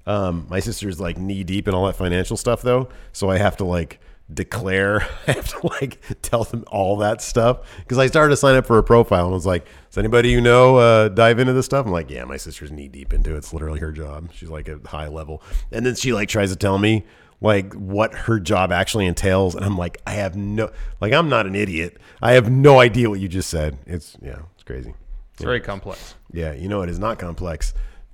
Speaker 2: Um, my sister's like knee deep in all that financial stuff, though, so I have to like declare, I have to like tell them all that stuff because I started to sign up for a profile and was like, "Does anybody you know uh, dive into this stuff?" I'm like, "Yeah, my sister's knee deep into it. It's literally her job. She's like at high level," and then she like tries to tell me like what her job actually entails, and I'm like, "I have no like I'm not an idiot. I have no idea what you just said. It's yeah, it's crazy."
Speaker 13: It's very complex.
Speaker 2: Yeah, you know it is not complex.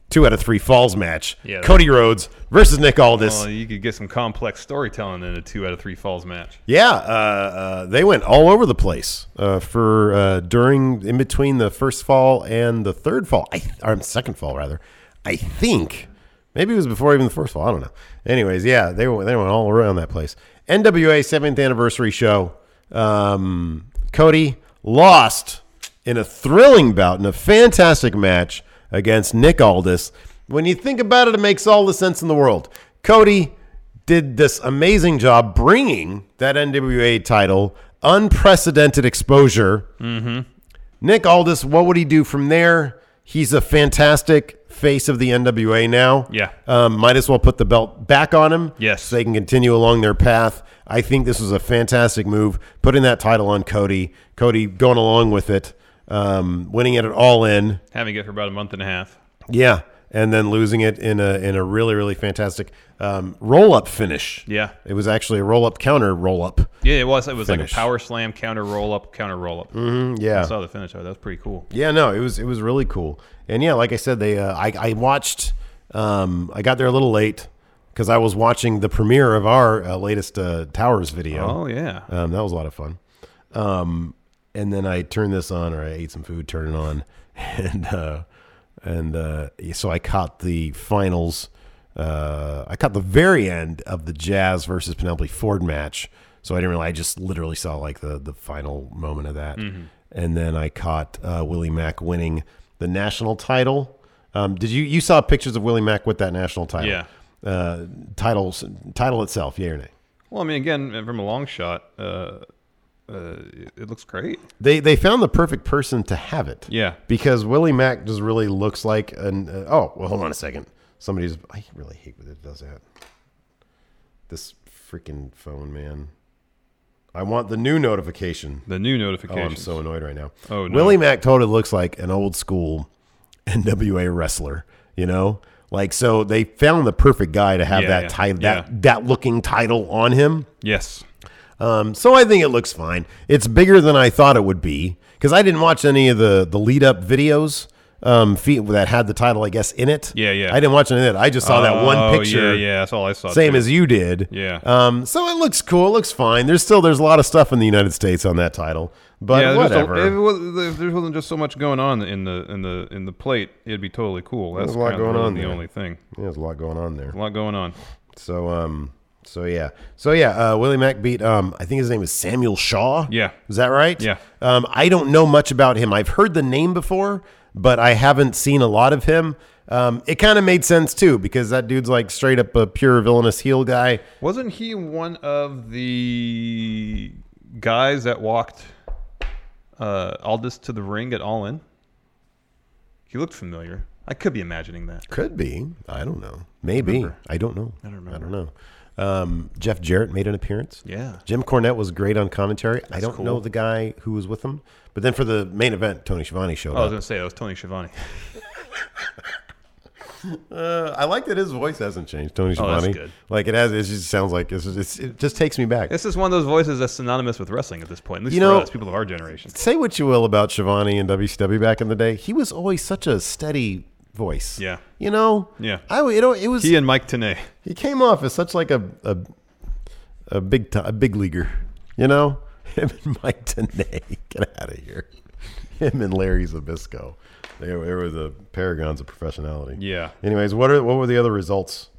Speaker 2: Two out of three falls match.
Speaker 13: Yeah, Oh,
Speaker 2: Cody Rhodes versus Nick Aldis.
Speaker 13: Well, you could get some complex storytelling in a two out of three falls match.
Speaker 2: yeah, uh, uh, they went all over the place uh, for uh, during in between the first fall and the third fall. I th- or second fall rather. I think maybe it was before even the first fall. I don't know. Anyways, yeah, they went they went all around that place. NWA seventh anniversary show. Um, Cody lost in a thrilling bout in a fantastic match against Nick Aldis. When you think about it, it makes all the sense in the world. Cody did this amazing job bringing that NWA title, unprecedented exposure.
Speaker 13: Mhm.
Speaker 2: Nick Aldis, what would he do from there? He's a fantastic face of the NWA now.
Speaker 13: Yeah.
Speaker 2: Um, might as well put the belt back on him.
Speaker 13: Yes.
Speaker 2: So they can continue along their path. I think this was a fantastic move, putting that title on Cody. Cody going along with it, um, winning it at all in.
Speaker 13: Having it for about a month and a half.
Speaker 2: Yeah, and then losing it in a in a really really fantastic um, roll up finish.
Speaker 13: Yeah.
Speaker 2: it was actually a roll up counter roll up.
Speaker 13: Yeah, it was. It was like
Speaker 2: Finish.
Speaker 13: a power slam, counter roll up, counter roll up.
Speaker 2: Mhm, yeah.
Speaker 13: I saw the finish. of it. That was pretty cool.
Speaker 2: Yeah, no, it was it was really cool. And yeah, like I said, they uh, I I watched. Um, I got there a little late because I was watching the premiere of our uh, latest uh, Towers video.
Speaker 13: Oh, yeah.
Speaker 2: um, that was a lot of fun. Um, and then I turned this on, or I ate some food, turned it on, and uh, and uh, so I caught the finals. Uh, I caught the very end of the Jazz versus Penelope Ford match. So I didn't really. I just literally saw like the the final moment of that,
Speaker 13: Mhm.
Speaker 2: and then I caught uh, Willie Mack winning the national title. Um, did you you saw pictures of Willie Mack with that national title?
Speaker 13: Yeah.
Speaker 2: Uh, title title itself, yeah or nay?
Speaker 13: Well, I mean, again, from a long shot, uh, uh, it looks great.
Speaker 2: They they found the perfect person to have it.
Speaker 13: Yeah.
Speaker 2: Because Willie Mack just really looks like an. Uh, oh, well, hold on a second. Somebody's. I really hate when it does that. This freaking phone, man. I want the new notification.
Speaker 13: The new
Speaker 2: Oh, I'm
Speaker 13: notifications.
Speaker 2: so annoyed right now.
Speaker 13: Oh, no.
Speaker 2: Willie Mack totally looks like an old school NWA wrestler. You know, like so they found the perfect guy to have
Speaker 13: Yeah,
Speaker 2: that
Speaker 13: yeah,
Speaker 2: title,
Speaker 13: yeah.
Speaker 2: that that looking title on him.
Speaker 13: Yes.
Speaker 2: Um, so I think it looks fine. It's bigger than I thought it would be because I didn't watch any of the the lead up videos um, feet that had the title, I guess, in it.
Speaker 13: Yeah, yeah.
Speaker 2: I didn't watch any of that. I just saw that
Speaker 13: Oh,
Speaker 2: one picture.
Speaker 13: yeah, yeah, that's all I saw,
Speaker 2: Same
Speaker 13: too.
Speaker 2: as you did.
Speaker 13: Yeah.
Speaker 2: Um, so it looks cool. It looks fine. There's still there's a lot of stuff in the United States on that title, but
Speaker 13: yeah, there's just a-
Speaker 2: whatever.
Speaker 13: if it was, if there wasn't just so much going on in the in the in the plate, it'd be totally cool. That's
Speaker 2: There's a lot
Speaker 13: kinda
Speaker 2: going
Speaker 13: really
Speaker 2: on
Speaker 13: The
Speaker 2: there.
Speaker 13: only thing.
Speaker 2: Yeah, there's a lot going on there. A
Speaker 13: lot going on.
Speaker 2: So um, so yeah, so yeah. Uh, Willie Mack beat um, I think his name is Samuel Shaw.
Speaker 13: Yeah.
Speaker 2: is that right?
Speaker 13: Yeah.
Speaker 2: Um, I don't know much about him. I've heard the name before, but I haven't seen a lot of him. Um, it kind of made sense too because that dude's like straight up a pure villainous heel guy.
Speaker 13: Wasn't he one of the guys that walked uh, Aldous to the ring at All In? He looked familiar. I could be imagining that.
Speaker 2: Could be. I don't know. Maybe. I don't know. I don't know. I don't know. Um, Jeff Jarrett made an appearance.
Speaker 13: Yeah.
Speaker 2: Jim Cornette was great on commentary. I don't
Speaker 13: cool.
Speaker 2: know the guy who was with him, but then for the main event, Tony Schiavone showed
Speaker 13: Oh, I was
Speaker 2: up.
Speaker 13: going to say that was Tony Schiavone.
Speaker 2: Uh, I like that his voice hasn't changed. Tony
Speaker 13: Oh, that's
Speaker 2: Schiavone.
Speaker 13: good.
Speaker 2: Like it has. It just sounds like it's, it's, it just takes me back.
Speaker 13: This is one of those voices that's synonymous with wrestling at this point. At least
Speaker 2: You
Speaker 13: for
Speaker 2: know-
Speaker 13: us, people of our generation.
Speaker 2: Say what you will about Schiavone and WCW back in the day, he was always such a steady voice.
Speaker 13: Yeah.
Speaker 2: You know.
Speaker 13: Yeah.
Speaker 2: I you know it was
Speaker 13: He uh, and Mike Tenay.
Speaker 2: he came off as such like a a a big ti- a big leaguer. You know. Him and Mike Tenay. Get out of here. Him and Larry Zabisco. They, they were the paragons of professionality.
Speaker 13: Yeah.
Speaker 2: Anyways, what are what were the other results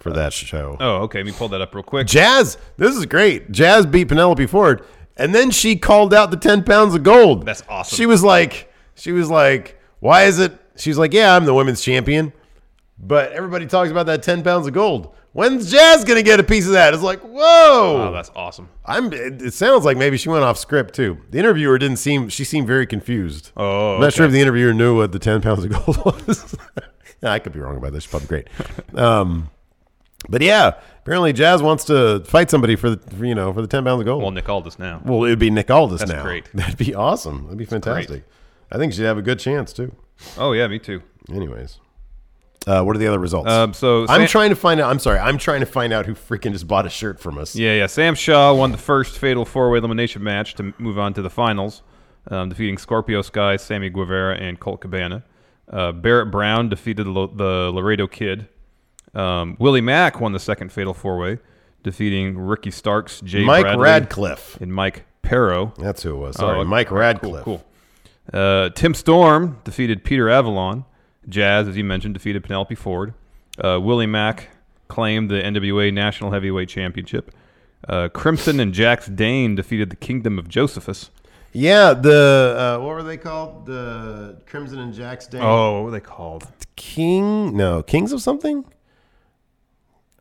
Speaker 2: for that show?
Speaker 13: Oh, okay. Let me pull that up real quick.
Speaker 2: Jazz, this is great. Jazz beat Penelope Ford, and then she called out the ten pounds of gold.
Speaker 13: That's awesome.
Speaker 2: She was like, she was like, why is it? She's like, yeah, I'm the women's champion, but everybody talks about that ten pounds of gold. When's Jazz gonna get a piece of that? It's like, whoa,
Speaker 13: Wow, that's awesome.
Speaker 2: I'm. It, it sounds like maybe she went off script too. The interviewer didn't seem. She seemed very confused.
Speaker 13: Oh,
Speaker 2: I'm not sure if
Speaker 13: okay.
Speaker 2: the interviewer knew what the ten pounds of gold was. I could be wrong about this. She's probably great. Um, but yeah, apparently Jazz wants to fight somebody for the for, you know for the ten pounds of gold.
Speaker 13: Well, Nick Aldis now.
Speaker 2: Well, it'd be Nick Aldis
Speaker 13: That's
Speaker 2: now.
Speaker 13: great.
Speaker 2: That'd be awesome. That'd be fantastic. I think she'd have a good chance too.
Speaker 13: Oh yeah, me too.
Speaker 2: Anyways, uh, what are the other results?
Speaker 13: Um, so
Speaker 2: I'm
Speaker 13: Sam-
Speaker 2: trying to find out. I'm sorry. I'm trying to find out who freaking just bought a shirt from us.
Speaker 13: Yeah, yeah. Sam Shaw won the first fatal four-way elimination match to move on to the finals, um, defeating Scorpio Sky, Sammy Guevara, and Colt Cabana. Uh, Barrett Brown defeated Lo- the Laredo Kid. Um, Willie Mack won the second fatal four-way, defeating Ricky Starks, Jay
Speaker 2: Mike
Speaker 13: Bradley,
Speaker 2: Radcliffe.
Speaker 13: and Mike Perro.
Speaker 2: That's who it was.
Speaker 13: Oh,
Speaker 2: Sorry,
Speaker 13: okay.
Speaker 2: Mike
Speaker 13: Cool,
Speaker 2: Radcliffe.
Speaker 13: Cool. Uh, Tim Storm defeated Peter Avalon. Jazz, as you mentioned, defeated Penelope Ford. Uh, Willie Mack claimed the NWA National Heavyweight Championship. Uh, Crimson and Jax Dane defeated the Kingdom of Josephus.
Speaker 2: Yeah, the uh, what were they called? The Crimson and Jack's Day.
Speaker 13: Oh, what were they called?
Speaker 2: King? No, Kings of something.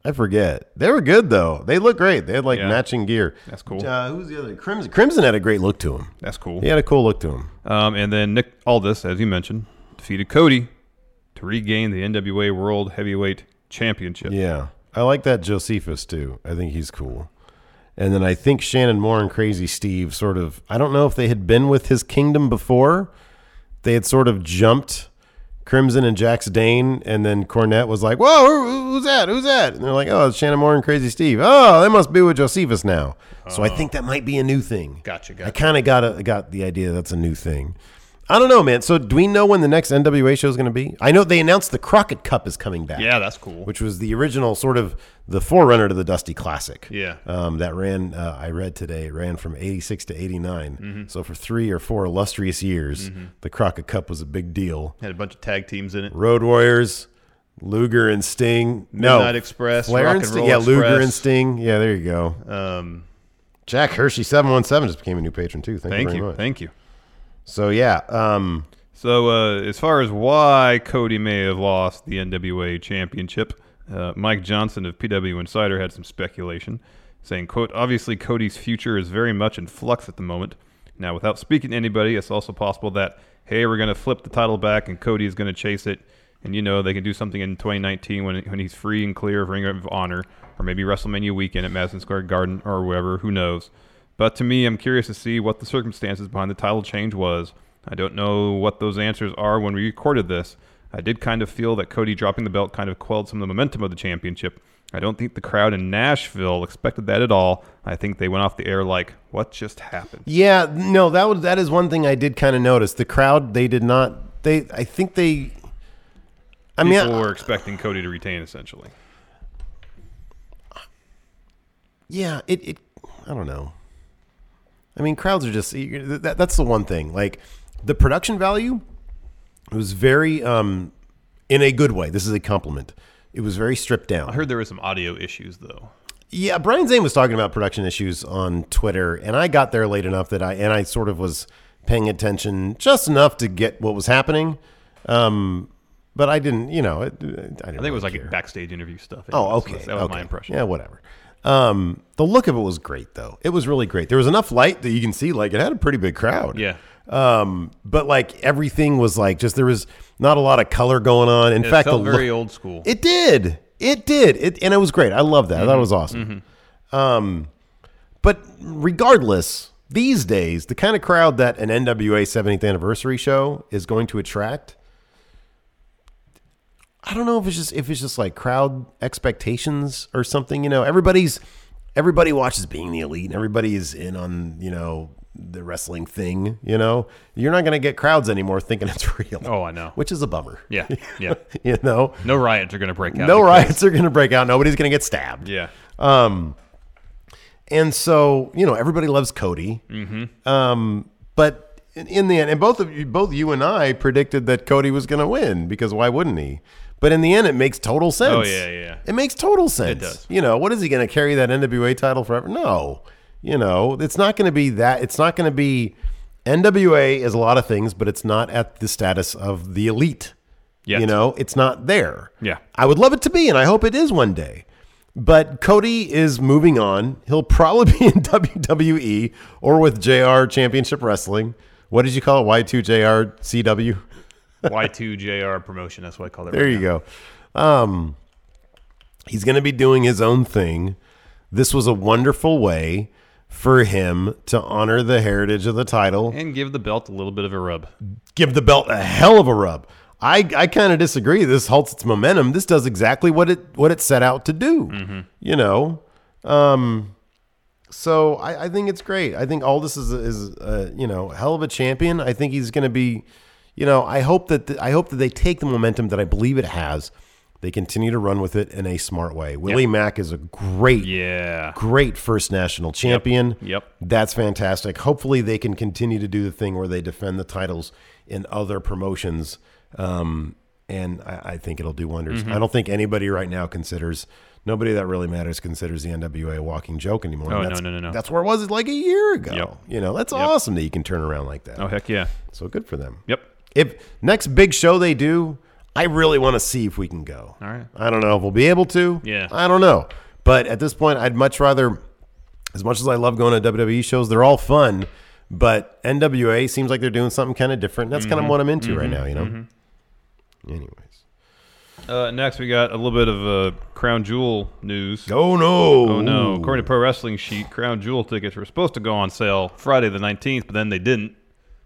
Speaker 2: I forget. They were good though. They look great. They had like
Speaker 13: Yeah.
Speaker 2: matching gear.
Speaker 13: That's cool.
Speaker 2: Uh, who's the other? Crimson. Crimson had a great look to him.
Speaker 13: That's cool.
Speaker 2: He had a cool look to him.
Speaker 13: Um, and then Nick Aldis, as you mentioned, defeated Cody to regain the NWA World Heavyweight Championship.
Speaker 2: Yeah, I like that Josephus too. I think he's cool. And then I think Shannon Moore and Crazy Steve sort of. I don't know if they had been with his kingdom before. They had sort of jumped Crimson and Jax Dane, and then Cornette was like, "Whoa, who- who's that? Who's that?" And they're like, "Oh, it's Shannon Moore and Crazy Steve. Oh, they must be with Josephus now." So I think that might be a new thing.
Speaker 13: Gotcha,
Speaker 2: I kind of got a, got the idea that's a new thing. I don't know, man. So do we know when the next NWA show is going to be? I know they announced the Crockett Cup is coming back
Speaker 13: Yeah, that's cool.
Speaker 2: which was the original sort of the forerunner to the Dusty Classic.
Speaker 13: Yeah.
Speaker 2: um, that ran. Uh, I read today it ran from eighty six to eighty
Speaker 13: Mhm.
Speaker 2: So for three or four illustrious years,
Speaker 13: Mhm.
Speaker 2: the Crockett Cup was a big deal.
Speaker 13: Had a bunch of tag teams in it.
Speaker 2: Road Warriors, Luger and Sting.
Speaker 13: Midnight
Speaker 2: no,
Speaker 13: Express,
Speaker 2: Flair
Speaker 13: Rock
Speaker 2: and
Speaker 13: and
Speaker 2: Sting.
Speaker 13: Roll
Speaker 2: Yeah, Luger
Speaker 13: Express.
Speaker 2: and Sting. Yeah, there you go.
Speaker 13: Um,
Speaker 2: Jack Hershey seven one seven just became a new patron too. Thank,
Speaker 13: Thank
Speaker 2: you.
Speaker 13: you,
Speaker 2: Very Much.
Speaker 13: thank you.
Speaker 2: So yeah, um,
Speaker 13: So, uh, as far as why Cody may have lost the NWA Championship, uh, Mike Johnson of PW Insider had some speculation, saying, "quote Obviously, Cody's future is very much in flux at the moment. Now, without speaking to anybody, it's also possible that hey, we're going to flip the title back, and Cody is going to chase it, and you know they can do something in 2019 when when he's free and clear of Ring of Honor, or maybe WrestleMania weekend at Madison Square Garden or wherever. Who knows?" But to me, I'm curious to see what the circumstances behind the title change was. I don't know what those answers are when we recorded this. I did kind of feel that Cody dropping the belt kind of quelled some of the momentum of the championship. I don't think the crowd in Nashville expected that at all. I think they went off the air like, what just happened?
Speaker 2: Yeah, no, that was that is one thing I did kind of notice. The crowd, they did not. They, I think they. I mean,
Speaker 13: People were expecting Cody to retain, essentially.
Speaker 2: yeah, it, it. I don't know. I mean, crowds are just that, that's the one thing. Like the production value was very, um, in a good way. This is a compliment. It was very stripped down.
Speaker 13: I heard there were some audio issues, though.
Speaker 2: Yeah, Brian Zane was talking about production issues on Twitter, and I got there late enough that I and I sort of was paying attention just enough to get what was happening. Um, but I didn't, you know, it, I didn't.
Speaker 13: I think it was like backstage interview stuff.
Speaker 2: oh,
Speaker 13: So
Speaker 2: okay,
Speaker 13: That was
Speaker 2: okay.
Speaker 13: my impression.
Speaker 2: Yeah, whatever. Um, the look of it was great, though. It was really great. There was enough light that you can see, like it had a pretty big crowd.
Speaker 13: Yeah.
Speaker 2: Um, but like everything was like just there was not a lot of color going on. In
Speaker 13: It
Speaker 2: fact,
Speaker 13: felt
Speaker 2: the
Speaker 13: very
Speaker 2: look-
Speaker 13: old school.
Speaker 2: It did. It did. It and it was great. I love that. I thought it was awesome.
Speaker 13: Mm-hmm.
Speaker 2: Um, but regardless, these days the kind of crowd that an NWA 70th anniversary show is going to attract, I don't know if it's just if it's just like crowd expectations or something. You know, everybody's everybody watches Being the Elite, and everybody is in on you know the wrestling thing. You know, you're not going to get crowds anymore thinking it's real.
Speaker 13: Oh, I know.
Speaker 2: Which is a bummer.
Speaker 13: Yeah, yeah.
Speaker 2: you know,
Speaker 13: No riots are going to break out.
Speaker 2: no Uh,
Speaker 13: because-
Speaker 2: riots are going to break out. Nobody's going to get stabbed.
Speaker 13: Yeah.
Speaker 2: Um, And so, you know, everybody loves Cody.
Speaker 13: Mhm.
Speaker 2: Um, but in, in the end, and both of you, both you and I predicted that Cody was going to win because why wouldn't he? But in the end, it makes total sense.
Speaker 13: Oh, yeah, yeah.
Speaker 2: It makes total sense.
Speaker 13: does.
Speaker 2: You know, what is he going to carry that NWA title forever? No. You know, it's not going to be that. It's not going to be. NWA is a lot of things, but it's not at the status of the elite. You know, it's not there.
Speaker 13: Yeah.
Speaker 2: I would love it to be, and I hope it is one day. But Cody is moving on. He'll probably be in WWE or with JR Championship Wrestling. What did you call it? Y2JR CW?
Speaker 13: Y2JR promotion. That's what I call it.
Speaker 2: There you go. Um, he's going to be doing his own thing. This was a wonderful way for him to honor the heritage of the title
Speaker 13: And give the belt a little bit of a rub.
Speaker 2: give the belt a hell of a rub. I, I kind of disagree. This halts its momentum. This does exactly what it what it set out to do. You know, um, so I, I think it's great. I think Aldis is is uh, you know hell of a champion. I think he's going to be. You know, I hope that th- I hope that they take the momentum that I believe it has. They continue to run with it in a smart way. Willie Mack is a great,
Speaker 13: yeah,
Speaker 2: great first national champion.
Speaker 13: Yep.
Speaker 2: That's fantastic. Hopefully, they can continue to do the thing where they defend the titles in other promotions. Um, and I, I think it'll do wonders.
Speaker 13: Mhm.
Speaker 2: I don't think anybody right now considers, nobody that really matters considers the NWA a walking joke anymore.
Speaker 13: Oh, no,
Speaker 2: That's-
Speaker 13: no, no, no.
Speaker 2: That's where it was like a year ago.
Speaker 13: Yep.
Speaker 2: You know, that's
Speaker 13: Yep.
Speaker 2: awesome that you can turn around like that.
Speaker 13: Oh, heck yeah.
Speaker 2: So good for them.
Speaker 13: Yep.
Speaker 2: If next big show they do, I really want to see if we can go.
Speaker 13: All right.
Speaker 2: I don't know if we'll be able to.
Speaker 13: Yeah.
Speaker 2: I don't know. But at this point, I'd much rather, as much as I love going to WWE shows, they're all fun. But NWA seems like they're doing something kind of different. That's kind
Speaker 13: Mhm.
Speaker 2: of what I'm into right
Speaker 13: Mhm.
Speaker 2: now, you know?
Speaker 13: Mhm.
Speaker 2: Anyway.
Speaker 13: Uh, next, we got a little bit of uh, Crown Jewel news.
Speaker 2: Oh, no.
Speaker 13: Oh no! According to Pro Wrestling Sheet, Crown Jewel tickets were supposed to go on sale Friday the 19th, but then they didn't.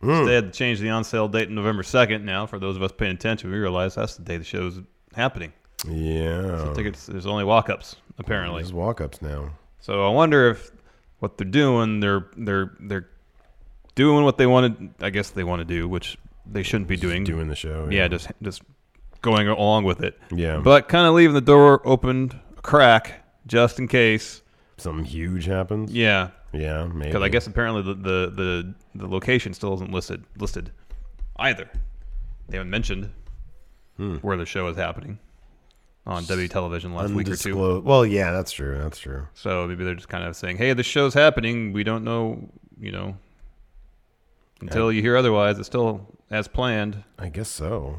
Speaker 2: Hmm.
Speaker 13: Instead, they changed the on sale date to November 2nd. Now, for those of us paying attention, we realize that's the day the show's happening.
Speaker 2: Yeah.
Speaker 13: So tickets, there's only walk-ups apparently.
Speaker 2: Oh. There's walk-ups now.
Speaker 13: So I wonder if what they're doing, they're they're they're doing what they want to. I guess they want to do, which they shouldn't be doing.
Speaker 2: doing the show.
Speaker 13: Yeah, just just going along with it.
Speaker 2: Yeah.
Speaker 13: But kind of leaving the door open a crack just in case
Speaker 2: something huge happens.
Speaker 13: Yeah.
Speaker 2: Yeah, maybe.
Speaker 13: Because I guess apparently the, the the the location still isn't listed listed either. They haven't mentioned
Speaker 2: Hmm.
Speaker 13: where the show is happening on W television last week or two.
Speaker 2: Undisclosed- Well, yeah, that's true. That's true.
Speaker 13: So maybe they're just kind of saying, "Hey, the show's happening. We don't know, you know, until you hear otherwise. It's still as planned."
Speaker 2: I guess so.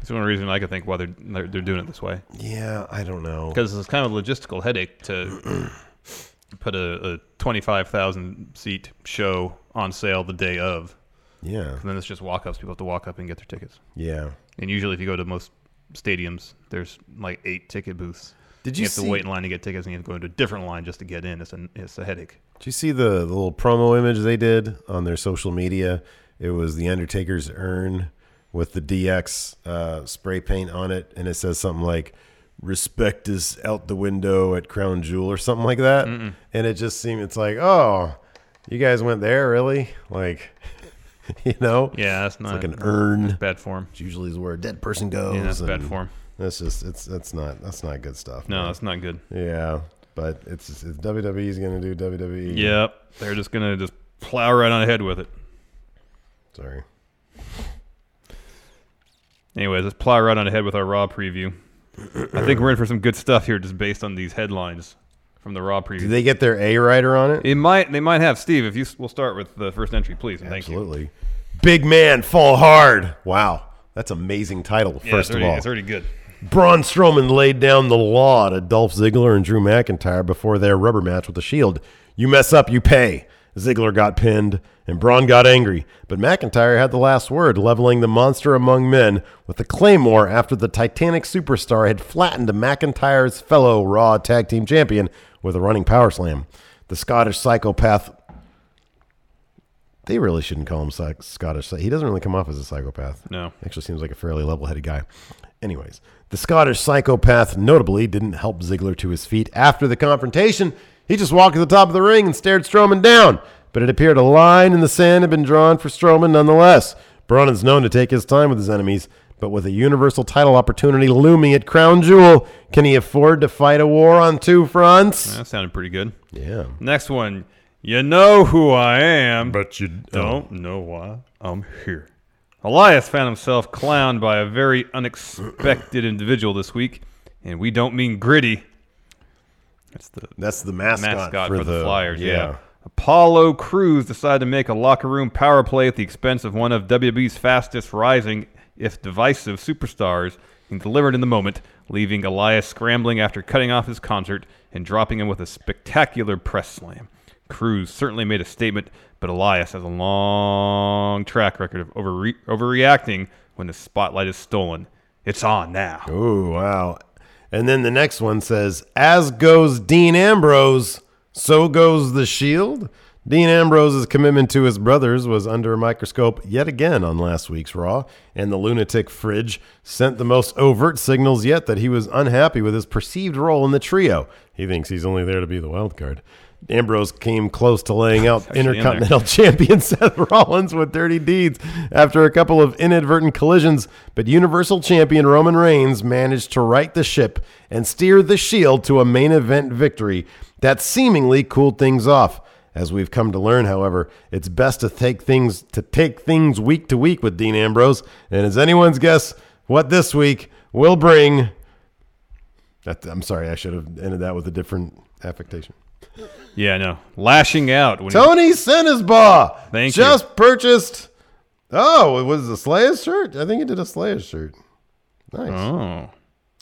Speaker 13: It's the only reason I could think why they're they're, they're doing it this way.
Speaker 2: Yeah, I don't know.
Speaker 13: Because it's kind of a logistical headache to put a, a twenty-five thousand seat show on sale the day of.
Speaker 2: Yeah.
Speaker 13: 'Cause then it's just walk-ups. People have to walk up and get their tickets.
Speaker 2: Yeah.
Speaker 13: And usually, if you go to most stadiums, there's like eight ticket booths.
Speaker 2: Did
Speaker 13: you
Speaker 2: you
Speaker 13: have to
Speaker 2: see-
Speaker 13: wait in line to get tickets, and you have to go into a different line just to get in? It's a it's a headache.
Speaker 2: Did you see the, the little promo image they did on their social media? It was the Undertaker's urn with the DX uh, spray paint on it, and it says something like "Respect is out the window at Crown Jewel" or something like that.
Speaker 13: Mm-mm.
Speaker 2: And it just seemed it's like, oh, you guys went there, really? Like, you know?
Speaker 13: Yeah, that's
Speaker 2: It's
Speaker 13: not-
Speaker 2: like an urn.
Speaker 13: Bad form.
Speaker 2: It's usually is where a dead person goes.
Speaker 13: Yeah, that's bad
Speaker 2: and
Speaker 13: form.
Speaker 2: That's just it's that's not that's not good stuff.
Speaker 13: No, that's not good.
Speaker 2: Yeah, but it's, it's WWE's going to do E. WWE.
Speaker 13: Yep, they're just gonna just plow right on ahead with it.
Speaker 2: Sorry.
Speaker 13: Anyways, let's plow right on ahead with our Raw preview. I think we're in for some good stuff here, just based on these headlines from the Raw preview.
Speaker 2: Do they get their A rider on it?
Speaker 13: It might. They might have Steve. If you, s- we'll start with the first entry, please. And
Speaker 2: Absolutely. Big man, fall hard. Wow, that's amazing title.
Speaker 13: Thank you. Yeah,
Speaker 2: first
Speaker 13: it's already,
Speaker 2: of all,
Speaker 13: it's already good.
Speaker 2: Braun Strowman laid down the law to Dolph Ziggler and Drew McIntyre before their rubber match with the Shield. You mess up, you pay. Ziggler got pinned, and Braun got angry, but McIntyre had the last word, leveling the monster among men with a claymore after the Titanic superstar had flattened McIntyre's fellow Raw Tag Team Champion with a running power slam. The Scottish psychopath they really shouldn't call him psych- Scottish. psych- He doesn't really come off as a psychopath.
Speaker 13: No.
Speaker 2: Actually seems like a fairly level-headed guy. Anyways, the Scottish psychopath notably didn't help Ziggler to his feet after the confrontation. He just walked to the top of the ring and stared Strowman down. But it appeared a line in the sand had been drawn for Strowman nonetheless. Braun is known to take his time with his enemies, But with a Universal title opportunity looming at Crown Jewel, can he afford to fight a war on two fronts?
Speaker 13: That sounded pretty good.
Speaker 2: Yeah.
Speaker 13: Next one. You know who I am, but you don't know why I'm here. Elias found himself clowned by a very unexpected individual this week, and we don't mean gritty. That's the
Speaker 2: that's the mascot,
Speaker 13: for, the, Flyers. Yeah. Apollo Crews decided to make a locker room power play at the expense of one of WB's fastest rising, if divisive, superstars, and delivered in the moment, leaving Elias scrambling after cutting off his concert and dropping him with a spectacular press slam. Cruz certainly made a statement, but Elias has a long track record of overre- overreacting when the spotlight is stolen. It's on now.
Speaker 2: Oh, wow. And then the next one says, As goes Dean Ambrose, so goes the shield. Dean Ambrose's commitment to his brothers was under a microscope yet again on last week's Raw, and the lunatic Fridge sent the most overt signals yet that he was unhappy with his perceived role in the trio. He thinks he's only there to be the wild card. Ambrose came close to laying out
Speaker 13: actually in there.
Speaker 2: Intercontinental Champion Seth Rollins with dirty deeds after a couple of inadvertent collisions, but Universal Champion Roman Reigns managed to right the ship and steer the Shield to a main event victory that seemingly cooled things off. As we've come to learn, however, it's best to take things to take things week to week with Dean Ambrose, and it's anyone's guess what this week will bring. That, I'm sorry, I should have ended that with a different affectation.
Speaker 13: Yeah, I know. Lashing out when
Speaker 2: Tony Sinisbaugh
Speaker 13: Thank you.
Speaker 2: just purchased. Oh, it was a Slayers shirt. I think he did a Slayers shirt. Nice.
Speaker 13: Oh.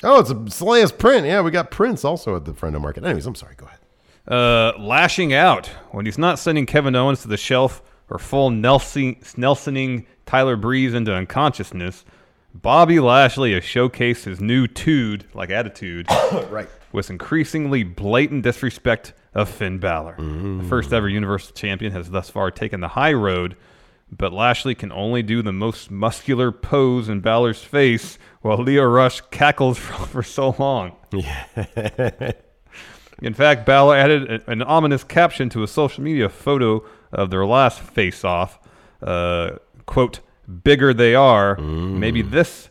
Speaker 2: Oh, it's a Slayers print. Yeah, we got prints also at the Friendo Market. Anyways, I'm sorry. Go ahead.
Speaker 13: uh, lashing out when he's not sending Kevin Owens to the shelf or full Nelson, Nelsoning Tyler Breeze into unconsciousness. Bobby Lashley has showcased his new tude, like attitude,
Speaker 2: right,
Speaker 13: with increasingly blatant disrespect of Finn Balor. The first ever Universal Champion has thus far taken the high road, but Lashley can only do the most muscular pose in Balor's face while Leo Rush cackles for, for so long.
Speaker 2: Yeah.
Speaker 13: In fact, Balor added a- an ominous caption to a social media photo of their last face off. Uh, quote, bigger they are, maybe
Speaker 2: Mm.
Speaker 13: this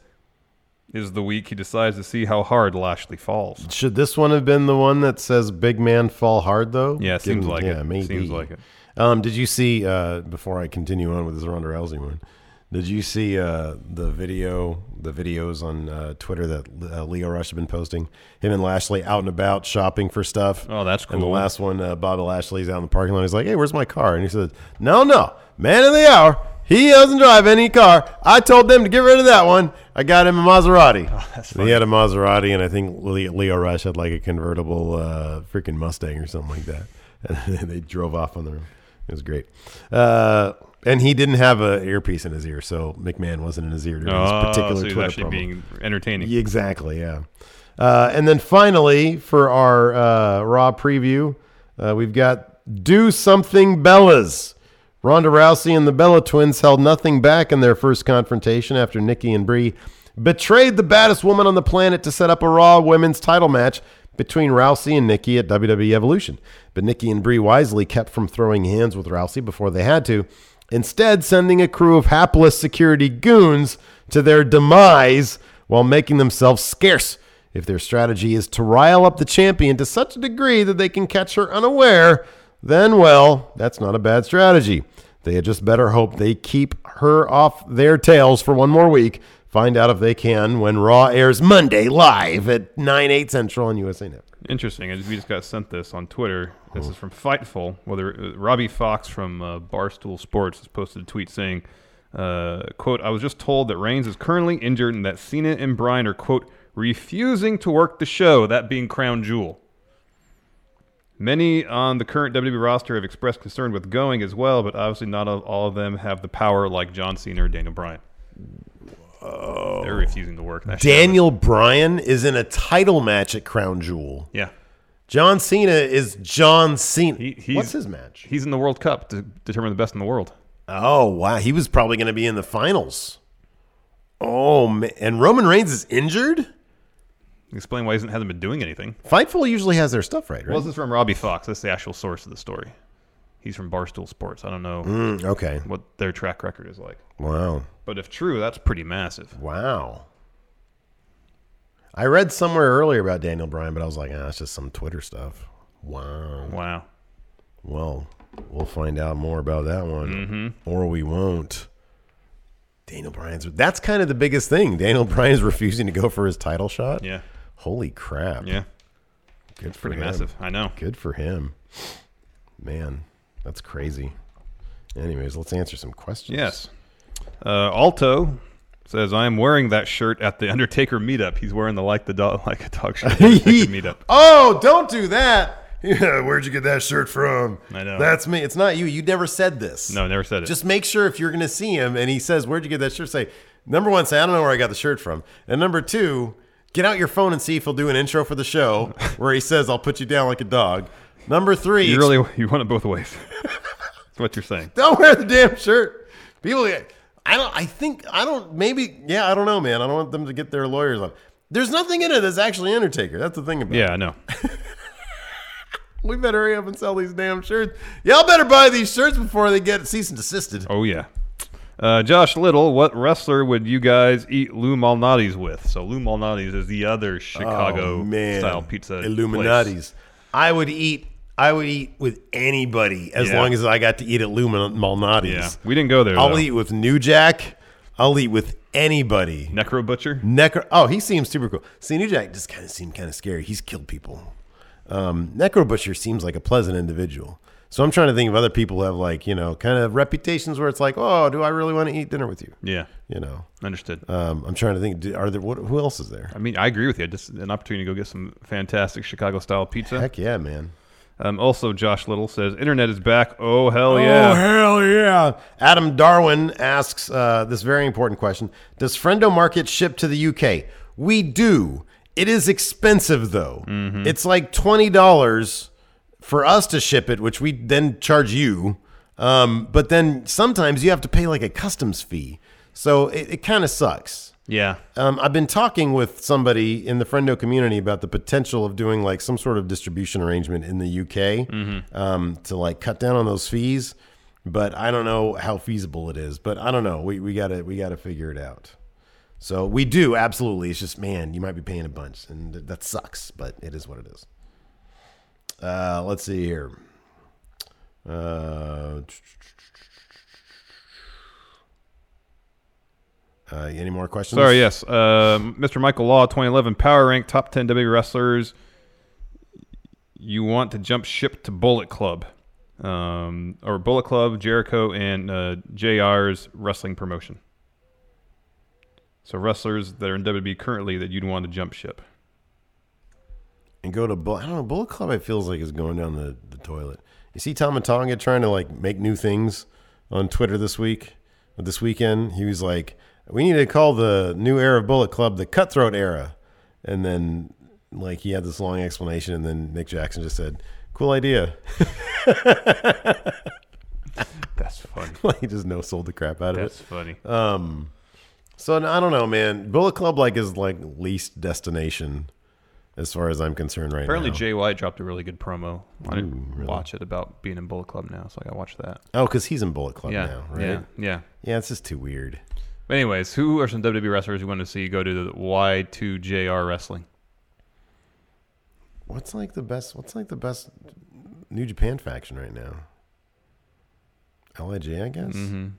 Speaker 13: is the week he decides to see how hard Lashley falls.
Speaker 2: Should this one have been the one that says "Big Man Fall Hard"? Though,
Speaker 13: Yeah, seems
Speaker 2: Given-
Speaker 13: like
Speaker 2: yeah,
Speaker 13: it.
Speaker 2: maybe.
Speaker 13: Seems like it.
Speaker 2: Um, did you see uh, before I continue on with this Ronda Rousey one? Did you see uh, the video, the videos on uh, Twitter that uh, Leo Rush had been posting? Him and Lashley out and about shopping for stuff.
Speaker 13: Oh, that's
Speaker 2: And the
Speaker 13: cool.
Speaker 2: last one, uh, Bobby Lashley's out in the parking lot. He's like, "Hey, where's my car?" And he says, "No, no, man of the hour. He doesn't drive any car. I told them to get rid of that one. I got him a Maserati.
Speaker 13: Oh,
Speaker 2: he had a Maserati, and I think Le- Leo Rush had like a convertible uh, freaking Mustang or something like that. And they drove off on their own. It was great. Uh, and he didn't have an earpiece in his ear, so McMahon wasn't in his ear during
Speaker 13: Oh,
Speaker 2: this particular
Speaker 13: so he's
Speaker 2: Twitter
Speaker 13: actually
Speaker 2: promo.
Speaker 13: being entertaining.
Speaker 2: Yeah, Exactly, yeah. Uh, and then finally, for our uh, Raw preview, uh, we've got Do Something Bellas. Ronda Rousey and the Bella twins held nothing back in their first confrontation after Nikki and Brie betrayed the baddest woman on the planet to set up a Raw women's title match between Rousey and Nikki at WWE Evolution. But Nikki and Brie wisely kept from throwing hands with Rousey before they had to, instead, sending a crew of hapless security goons to their demise while making themselves scarce. If their strategy is to rile up the champion to such a degree that they can catch her unaware, then, well, that's not a bad strategy. They had just better hope they keep her off their tails for one more week. Find out if they can when Raw airs Monday live at 9, 8 Central on USA Network.
Speaker 13: Interesting. I just- We just got sent this on Twitter. This is from Fightful. Whether uh, Robbie Fox from uh, Barstool Sports has posted a tweet saying, uh, "quote I was just told that Reigns is currently injured and that Cena and Bryan are quote refusing to work the show. That being Crown Jewel." Many on the current WWE roster have expressed concern with going as well, but obviously not all- all of them have the power like John Cena or Daniel Bryan. They're refusing to work. That show.
Speaker 2: Daniel Bryan is in a title match at Crown Jewel.
Speaker 13: Yeah.
Speaker 2: John Cena is John Cena. What's
Speaker 13: He's-
Speaker 2: his match?
Speaker 13: He's in the World Cup to determine the best in the world.
Speaker 2: Oh, wow. He was probably going to be in the finals. Oh, man. And Roman Reigns is injured?
Speaker 13: Explain why he hasn't- hasn't been doing anything.
Speaker 2: Fightful usually has their stuff right, right?
Speaker 13: Well, this is from Robbie Fox. That's the actual source of the story. He's from Barstool Sports. I don't know.
Speaker 2: Mm, okay.
Speaker 13: What their track record is like.
Speaker 2: Wow.
Speaker 13: But if true, that's pretty massive.
Speaker 2: Wow. I read somewhere earlier about Daniel Bryan, but I was like, ah, it's just some Twitter stuff. Wow.
Speaker 13: Wow.
Speaker 2: Well, we'll find out more about that one,
Speaker 13: Mhm.
Speaker 2: or we won't. Daniel Bryan's. That's kind of the biggest thing. Daniel Bryan's refusing to go for his title shot.
Speaker 13: Yeah.
Speaker 2: Holy crap.
Speaker 13: Yeah.
Speaker 2: Good for
Speaker 13: pretty
Speaker 2: him.
Speaker 13: massive. I know.
Speaker 2: Good for him. Man, that's crazy. Anyways, let's answer some questions.
Speaker 13: Yes. Uh, Alto says, I am wearing that shirt at the Undertaker meetup. He's wearing the like the dog like a dog shirt at the Undertaker meetup.
Speaker 2: Oh, don't do that. Yeah, where'd you get that shirt from?
Speaker 13: I know.
Speaker 2: That's me. It's not you. You never said this.
Speaker 13: No, never said it.
Speaker 2: Just make sure if you're going to see him and he says, Where'd you get that shirt? Say, number one, say, I don't know where I got the shirt from. And number two, get out your phone and see if he'll do an intro for the show where he says, I'll put you down like a dog. Number three,
Speaker 13: You really you want it both ways. That's what you're saying.
Speaker 2: don't wear the damn shirt. People, get- I don't. I think I don't. Maybe yeah. I don't know, man. I don't want them to get their lawyers on. There's nothing in it that's actually Undertaker. That's the thing about. it.
Speaker 13: Yeah, I know.
Speaker 2: We better hurry up and sell these damn shirts. Y'all better buy these shirts before they get cease and desisted.
Speaker 13: Oh yeah. Uh, Josh Little, what wrestler would you guys eat Lou Malnati's with? So Lou Malnati's is the other Chicago
Speaker 2: Oh, man.
Speaker 13: style pizza.
Speaker 2: Illuminati's. I would eat. I would eat with anybody as
Speaker 13: Yeah.
Speaker 2: long as I got to eat at Lou Mal- Malnati's.
Speaker 13: Yeah. We didn't go there,
Speaker 2: I'll
Speaker 13: though.
Speaker 2: eat with New Jack. I'll eat with anybody.
Speaker 13: Necro Butcher.
Speaker 2: Necro. Oh, he seems super cool. See, New Jack just kind of seemed kind of scary. He's killed people. Um, Necro Butcher seems like a pleasant individual. So I'm trying to think of other people who have like you know kind of reputations where it's like, oh, do I really want to eat dinner with you?
Speaker 13: Yeah.
Speaker 2: You know.
Speaker 13: Understood.
Speaker 2: Um, I'm trying to think. do- Are there what? Who else is there?
Speaker 13: I mean, I agree with you. Just an opportunity to go get some fantastic Chicago style pizza. Heck
Speaker 2: yeah, man.
Speaker 13: Um, also, Josh Little says internet is back. Oh hell
Speaker 2: Oh,
Speaker 13: yeah!
Speaker 2: hell yeah. Adam Darwin asks uh, this very important question Does Friendo Market ship to the UK? We do. It is expensive, though. It's like $20 for us to ship it, which we then charge you. Um, but then sometimes you have to pay like a customs fee. So it, it kind of sucks.
Speaker 13: Yeah.
Speaker 2: Um, I've been talking with somebody in the Friendo community about the potential of doing like some sort of distribution arrangement in the UK um, to like cut down on those fees, but I don't know how feasible it is. But I don't know. We we gotta we gotta figure it out. So we do absolutely. It's just man, you might be paying a bunch, and th- that sucks. But it is what it is. Uh, let's see here. Uh, uh, any more questions?
Speaker 13: Sorry, yes. Uh, Mr. Michael Law, 2011 Power Rank Top 10 WWE Wrestlers. You want to jump ship to Bullet Club. Um, or Bullet Club, Jericho, and uh, JR's wrestling promotion. So wrestlers that are in WWE currently that you'd want to jump ship.
Speaker 2: and go to Bull. I don't know. Bullet Club, it feels like is going down the, the toilet. You see Tama Tonga trying to like make new things on Twitter this week, or this weekend. He was like, "We need to call the new era of Bullet Club the Cutthroat Era," and then like he had this long explanation, and then Nick Jackson just said, "Cool idea."
Speaker 13: That's funny.
Speaker 2: like he just no sold the crap out of
Speaker 13: That's
Speaker 2: it.
Speaker 13: funny.
Speaker 2: Um, so I don't know, man. Bullet Club like is like least destination as far as I'm concerned right
Speaker 13: Apparently,
Speaker 2: now.
Speaker 13: Jay White dropped a really good promo. I didn't watch it about being in Bullet Club now, so I got to watch that.
Speaker 2: Oh, because he's in Bullet Club
Speaker 13: Yeah,
Speaker 2: now, right?
Speaker 13: yeah, yeah.
Speaker 2: Yeah, it's just too weird.
Speaker 13: But anyways, who are some WWE wrestlers you want to see go to the Y2JR Wrestling?
Speaker 2: What's like the best? What's like the best New Japan faction right now? Lij, I guess.
Speaker 13: Mhm.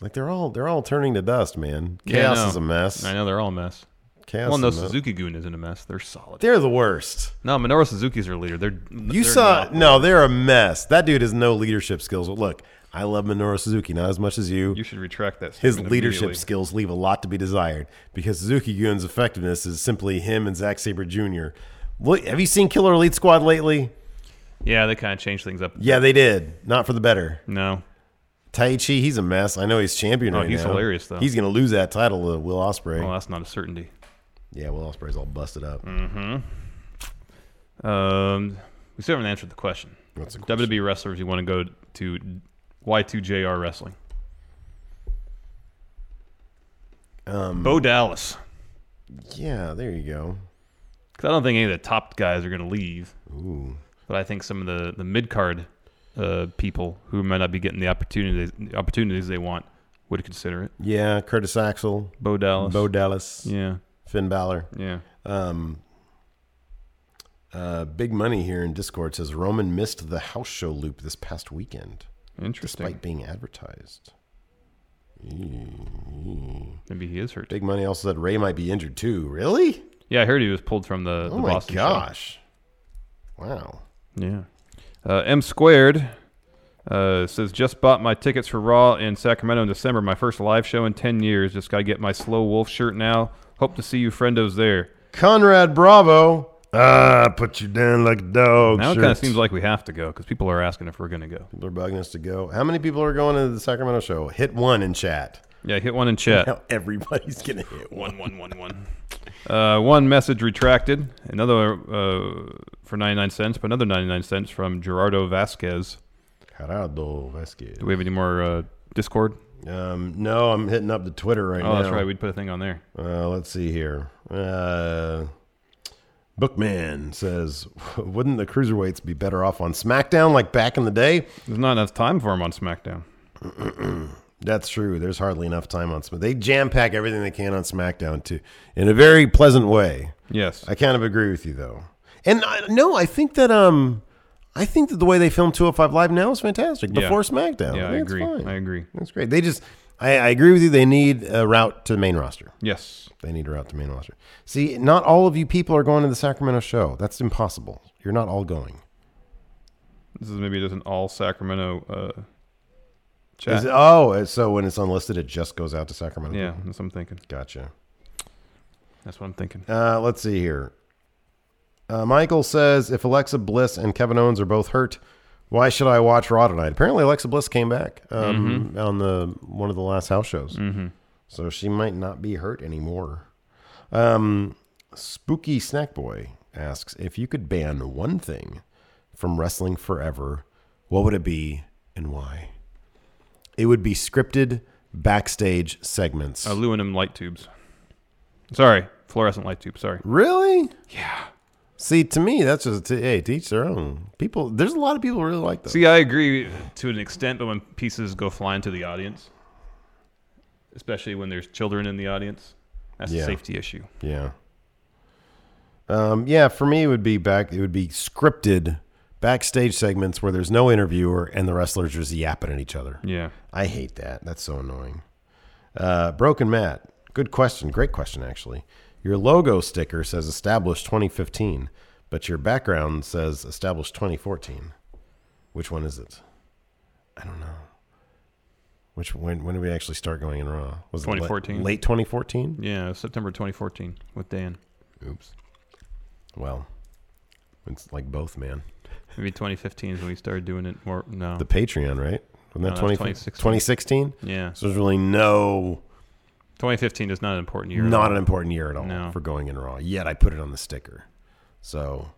Speaker 2: Like they're all they're all turning to dust, man.
Speaker 13: Yeah, I
Speaker 2: Chaos
Speaker 13: know.
Speaker 2: is a mess.
Speaker 13: I know they're all a mess.
Speaker 2: Chaos
Speaker 13: well, no,
Speaker 2: is a mess.
Speaker 13: Suzuki Goon isn't a mess. They're solid.
Speaker 2: They're the worst.
Speaker 13: No, Minoru Suzuki's their leader. They're
Speaker 2: You saw no, they're a mess. That dude has no leadership skills. Look, I love Minoru Suzuki not as much as you.
Speaker 13: You should retract that.
Speaker 2: His
Speaker 13: statement
Speaker 2: leadership
Speaker 13: immediately.
Speaker 2: skills leave a lot to be desired because Suzuki Gun's effectiveness is simply him and Zack Saber Jr. Look, have you seen Killer Elite Squad lately?
Speaker 13: Yeah, they kind of changed things up.
Speaker 2: Yeah, they did. Not for the better.
Speaker 13: No.
Speaker 2: Taichi, he's a mess. I know he's champion
Speaker 13: Oh,
Speaker 2: right
Speaker 13: he's
Speaker 2: now.
Speaker 13: hilarious, though.
Speaker 2: He's gonna lose that title to Will Osprey.
Speaker 13: Well, that's not a certainty.
Speaker 2: yeah, Will Osprey's all busted up.
Speaker 13: Mm-hmm. Um, we still haven't answered the question.
Speaker 2: What's the
Speaker 13: WWE wrestlers you want to go to Y2JR Wrestling?
Speaker 2: Um,
Speaker 13: Bo Dallas.
Speaker 2: Yeah, there you go.
Speaker 13: Because I don't think any of the top guys are going to leave.
Speaker 2: Ooh.
Speaker 13: But I think some of the, the mid card uh, people who might not be getting the opportunities opportunities they want would consider it.
Speaker 2: Yeah, Curtis Axel,
Speaker 13: Bo Dallas,
Speaker 2: Bo Dallas,
Speaker 13: yeah,
Speaker 2: Finn Balor,
Speaker 13: yeah.
Speaker 2: Um, uh, big money here in Discord says Roman missed the house show loop this past weekend.
Speaker 13: Interesting.
Speaker 2: despite being advertised.
Speaker 13: Maybe he is hurt.
Speaker 2: Big money also said Ray might be injured too. Really?
Speaker 13: Yeah, I heard he was pulled from the,
Speaker 2: Oh
Speaker 13: the
Speaker 2: my
Speaker 13: Boston
Speaker 2: gosh! Wow.
Speaker 13: show. Yeah. Uh, M squared uh, says just bought my tickets for Raw in Sacramento in December. My first live show in ten years. Just gotta get my Slow Wolf shirt now. Hope to see you friendos there.
Speaker 2: Conrad Bravo. Ah, put you down like a dog.
Speaker 13: now it kind of
Speaker 2: shirts.
Speaker 13: seems like we have to go because people are asking if we're gonna go.
Speaker 2: People are bugging us to go. How many people are going to the Sacramento show? Hit one in chat.
Speaker 13: Yeah, hit one in chat.
Speaker 2: Now everybody's gonna hit
Speaker 13: one, one, one, one. Uh, one message retracted, another uh, for 99 cents, but another 99 cents from Gerardo Vasquez.
Speaker 2: Gerardo Vasquez.
Speaker 13: Do we have any more uh, Discord?
Speaker 2: Um, no, I'm hitting up the Twitter right now.
Speaker 13: Oh, that's right. We'd put a thing on there.
Speaker 2: Uh, let's see here. Uh, Bookman says, "Wouldn't the cruiserweights be better off on SmackDown like back in the day?"
Speaker 13: There's not enough time for them on SmackDown.
Speaker 2: That's true. There's hardly enough time on SmackDown. They jam pack everything they can on SmackDown too, in a very pleasant way.
Speaker 13: Yes.
Speaker 2: I kind of agree with you though. And I, no, I think that um, I think that the way they film 205 Live now is fantastic.
Speaker 13: Yeah.
Speaker 2: Before SmackDown,
Speaker 13: Yeah, I,
Speaker 2: think it's
Speaker 13: agree.
Speaker 2: fine.
Speaker 13: I agree.
Speaker 2: That's great. They just, I, I agree with you. They need a route to the main roster.
Speaker 13: Yes.
Speaker 2: They need a route to the main roster. See, not all of you people are going to the Sacramento show. That's impossible. You're not all going.
Speaker 13: This is maybe just an all Sacramento uh, chat.
Speaker 2: Is it- oh, so when it's unlisted, it just goes out to Sacramento.
Speaker 13: Yeah,
Speaker 2: people?
Speaker 13: that's what I'm thinking.
Speaker 2: Gotcha.
Speaker 13: That's what I'm thinking.
Speaker 2: Uh, let's see here. Uh, Michael says if Alexa Bliss and Kevin Owens are both hurt, why should I watch Raw tonight? Apparently, Alexa Bliss came back um, on the one of the last house shows,
Speaker 13: Mhm.
Speaker 2: so she might not be hurt anymore. Um, Spooky Snack Boy asks if you could ban one thing from wrestling forever, what would it be and why? It would be scripted backstage
Speaker 13: Uh,
Speaker 2: segments.
Speaker 13: Aluminum light tubes. Sorry, fluorescent light tubes. Sorry.
Speaker 2: Really? Yeah. See, to me, that's just to, hey, teach their own. People, there's a lot of people who really like those.
Speaker 13: See, I agree to an extent, but when pieces go flying to the audience, especially when there's children in the audience, that's
Speaker 2: Yeah.
Speaker 13: a safety issue.
Speaker 2: Yeah. Um, yeah, for me, it would be back. It would be scripted backstage segments where there's no interviewer and the wrestlers are just yapping at each other.
Speaker 13: Yeah.
Speaker 2: I hate that. That's so annoying. Uh, Broken Matt, good question. Great question, actually. Your logo sticker says established 2015, but your background says established 2014. Which one is it? I don't know. Which when when did we actually start going in raw? Was it la-
Speaker 13: 2014.
Speaker 2: late 2014?
Speaker 13: Yeah, September 2014 with Dan.
Speaker 2: Oops. Well, it's like both, man.
Speaker 13: Maybe 2015 is when we started doing it more. No.
Speaker 2: The Patreon, right? Wasn't that
Speaker 13: No, that's
Speaker 2: 20, 2016?
Speaker 13: 2016. Yeah.
Speaker 2: So there's really no
Speaker 13: 2015 is not an important year. at
Speaker 2: Not
Speaker 13: all.
Speaker 2: an important year at all
Speaker 13: No.
Speaker 2: for going in raw. Yet I put it on the sticker. So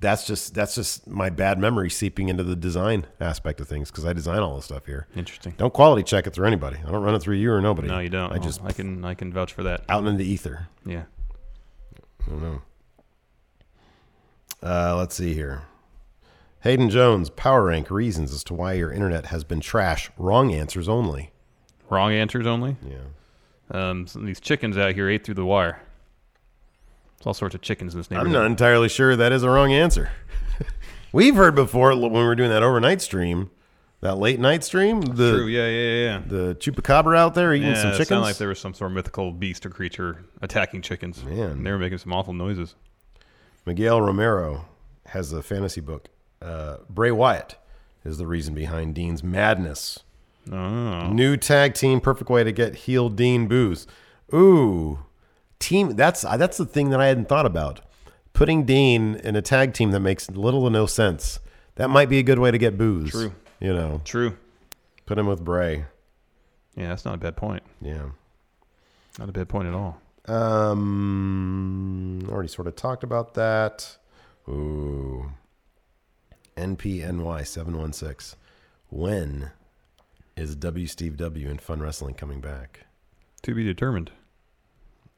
Speaker 2: that's just that's just my bad memory seeping into the design aspect of things because I design all this stuff here.
Speaker 13: Interesting.
Speaker 2: Don't quality check it through anybody. I don't run it through you or nobody.
Speaker 13: No, you don't.
Speaker 2: I just
Speaker 13: I can I can vouch for that.
Speaker 2: out in the ether.
Speaker 13: Yeah.
Speaker 2: I don't know. Uh, let's see here. Hayden Jones, Power Rank reasons as to why your internet has been trash. Wrong answers only.
Speaker 13: Wrong answers only.
Speaker 2: Yeah.
Speaker 13: Um, some of these chickens out here ate through the wire. There's all sorts of chickens in this neighborhood.
Speaker 2: I'm not entirely sure that is a wrong answer. We've heard before l- when we were doing that overnight stream, that late night stream, the
Speaker 13: True. Yeah, yeah, yeah.
Speaker 2: the chupacabra out there eating
Speaker 13: yeah,
Speaker 2: some
Speaker 13: it
Speaker 2: chickens.
Speaker 13: sounded like there was some sort of mythical beast or creature attacking chickens. And they were making some awful noises.
Speaker 2: Miguel Romero has a fantasy book. Uh, Bray Wyatt is the reason behind Dean's madness.
Speaker 13: Oh.
Speaker 2: New tag team, perfect way to get heel Dean booze. Ooh, team. That's uh, that's the thing that I hadn't thought about. Putting Dean in a tag team that makes little to no sense. That might be a good way to get booze.
Speaker 13: True.
Speaker 2: You know.
Speaker 13: True.
Speaker 2: Put him with Bray.
Speaker 13: Yeah, that's not a bad point.
Speaker 2: Yeah.
Speaker 13: Not a bad point at all.
Speaker 2: Um, already sort of talked about that. Ooh. NPNY716. When is W Steve W and Fun Wrestling coming back?
Speaker 13: To be determined.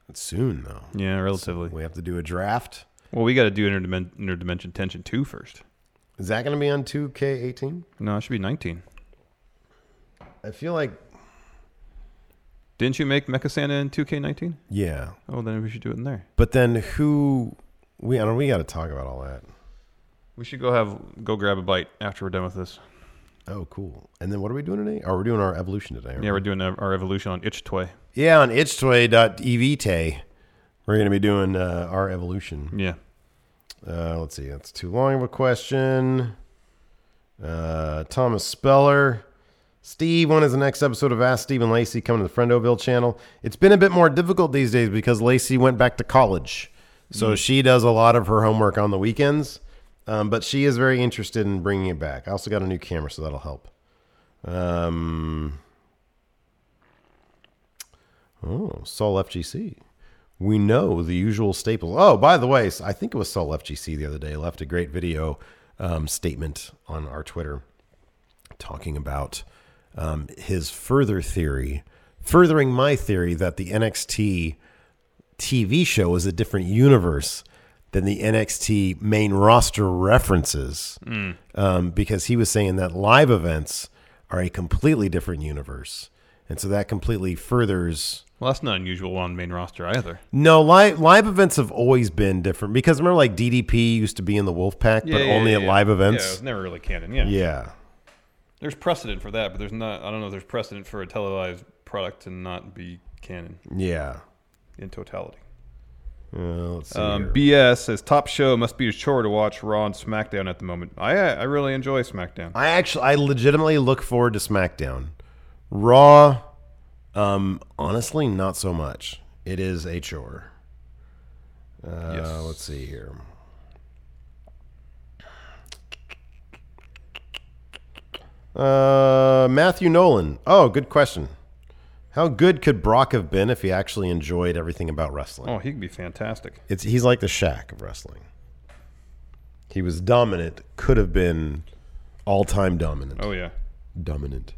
Speaker 2: It's soon, though.
Speaker 13: Yeah, relatively.
Speaker 2: We have to do a draft.
Speaker 13: Well, we got to do interdimen- interdimension tension two first.
Speaker 2: Is that going to be on 2K18?
Speaker 13: No, it should be 19.
Speaker 2: I feel like.
Speaker 13: Didn't you make Mecha Santa in 2K19?
Speaker 2: Yeah.
Speaker 13: Oh, then we should do it in there.
Speaker 2: But then who? We I don't. We got to talk about all that.
Speaker 13: We should go have go grab a bite after we're done with this.
Speaker 2: Oh, cool. And then what are we doing today? Are we doing our evolution today? aren't
Speaker 13: Yeah,
Speaker 2: we?
Speaker 13: we're doing our evolution on Itch Toy.
Speaker 2: Yeah, on E itchtoy.evite, we're going to be doing uh, our evolution.
Speaker 13: Yeah.
Speaker 2: Uh, let's see. That's too long of a question. Uh, Thomas Speller. Steve, when is the next episode of Ask Stephen Lacey coming to the Friendoville channel? It's been a bit more difficult these days because Lacey went back to college. So
Speaker 13: Mm.
Speaker 2: she does a lot of her homework on the weekends. Um, but she is very interested in bringing it back. I also got a new camera, so that'll help. Um, Oh, Sol FGC. We know the usual staples. Oh, by the way, I think it was Sol FGC the other day left a great video um, statement on our Twitter talking about um, his further theory, furthering my theory that the NXT TV show is a different universe than the NXT main roster references.
Speaker 13: Mm.
Speaker 2: Um, because he was saying that live events are a completely different universe. And so that completely furthers.
Speaker 13: Well, that's not unusual on the main roster either.
Speaker 2: No, live live events have always been different because remember, like DDP used to be in the Wolfpack,
Speaker 13: Yeah,
Speaker 2: but
Speaker 13: yeah,
Speaker 2: only
Speaker 13: yeah,
Speaker 2: at
Speaker 13: yeah.
Speaker 2: live
Speaker 13: Yeah, it
Speaker 2: events.
Speaker 13: was never really canon. Yeah.
Speaker 2: yeah.
Speaker 13: There's precedent for that, but there's not. I don't know if there's precedent for a televised product to not be canon.
Speaker 2: Yeah.
Speaker 13: In totality.
Speaker 2: Uh, let's see.
Speaker 13: Um,
Speaker 2: here.
Speaker 13: BS says top show must be a chore to watch Raw and SmackDown at the moment. I I really enjoy SmackDown.
Speaker 2: I actually, I legitimately look forward to SmackDown. Raw, um, honestly, not so much. It is a chore. Uh,
Speaker 13: Yes.
Speaker 2: Let's see here. Uh, Matthew Nolan. Oh, good question. How good could Brock have been if he actually enjoyed everything about wrestling?
Speaker 13: Oh, he could be fantastic.
Speaker 2: It's he's like the Shack of wrestling. He was dominant, could have been all time dominant.
Speaker 13: Oh yeah,
Speaker 2: dominant.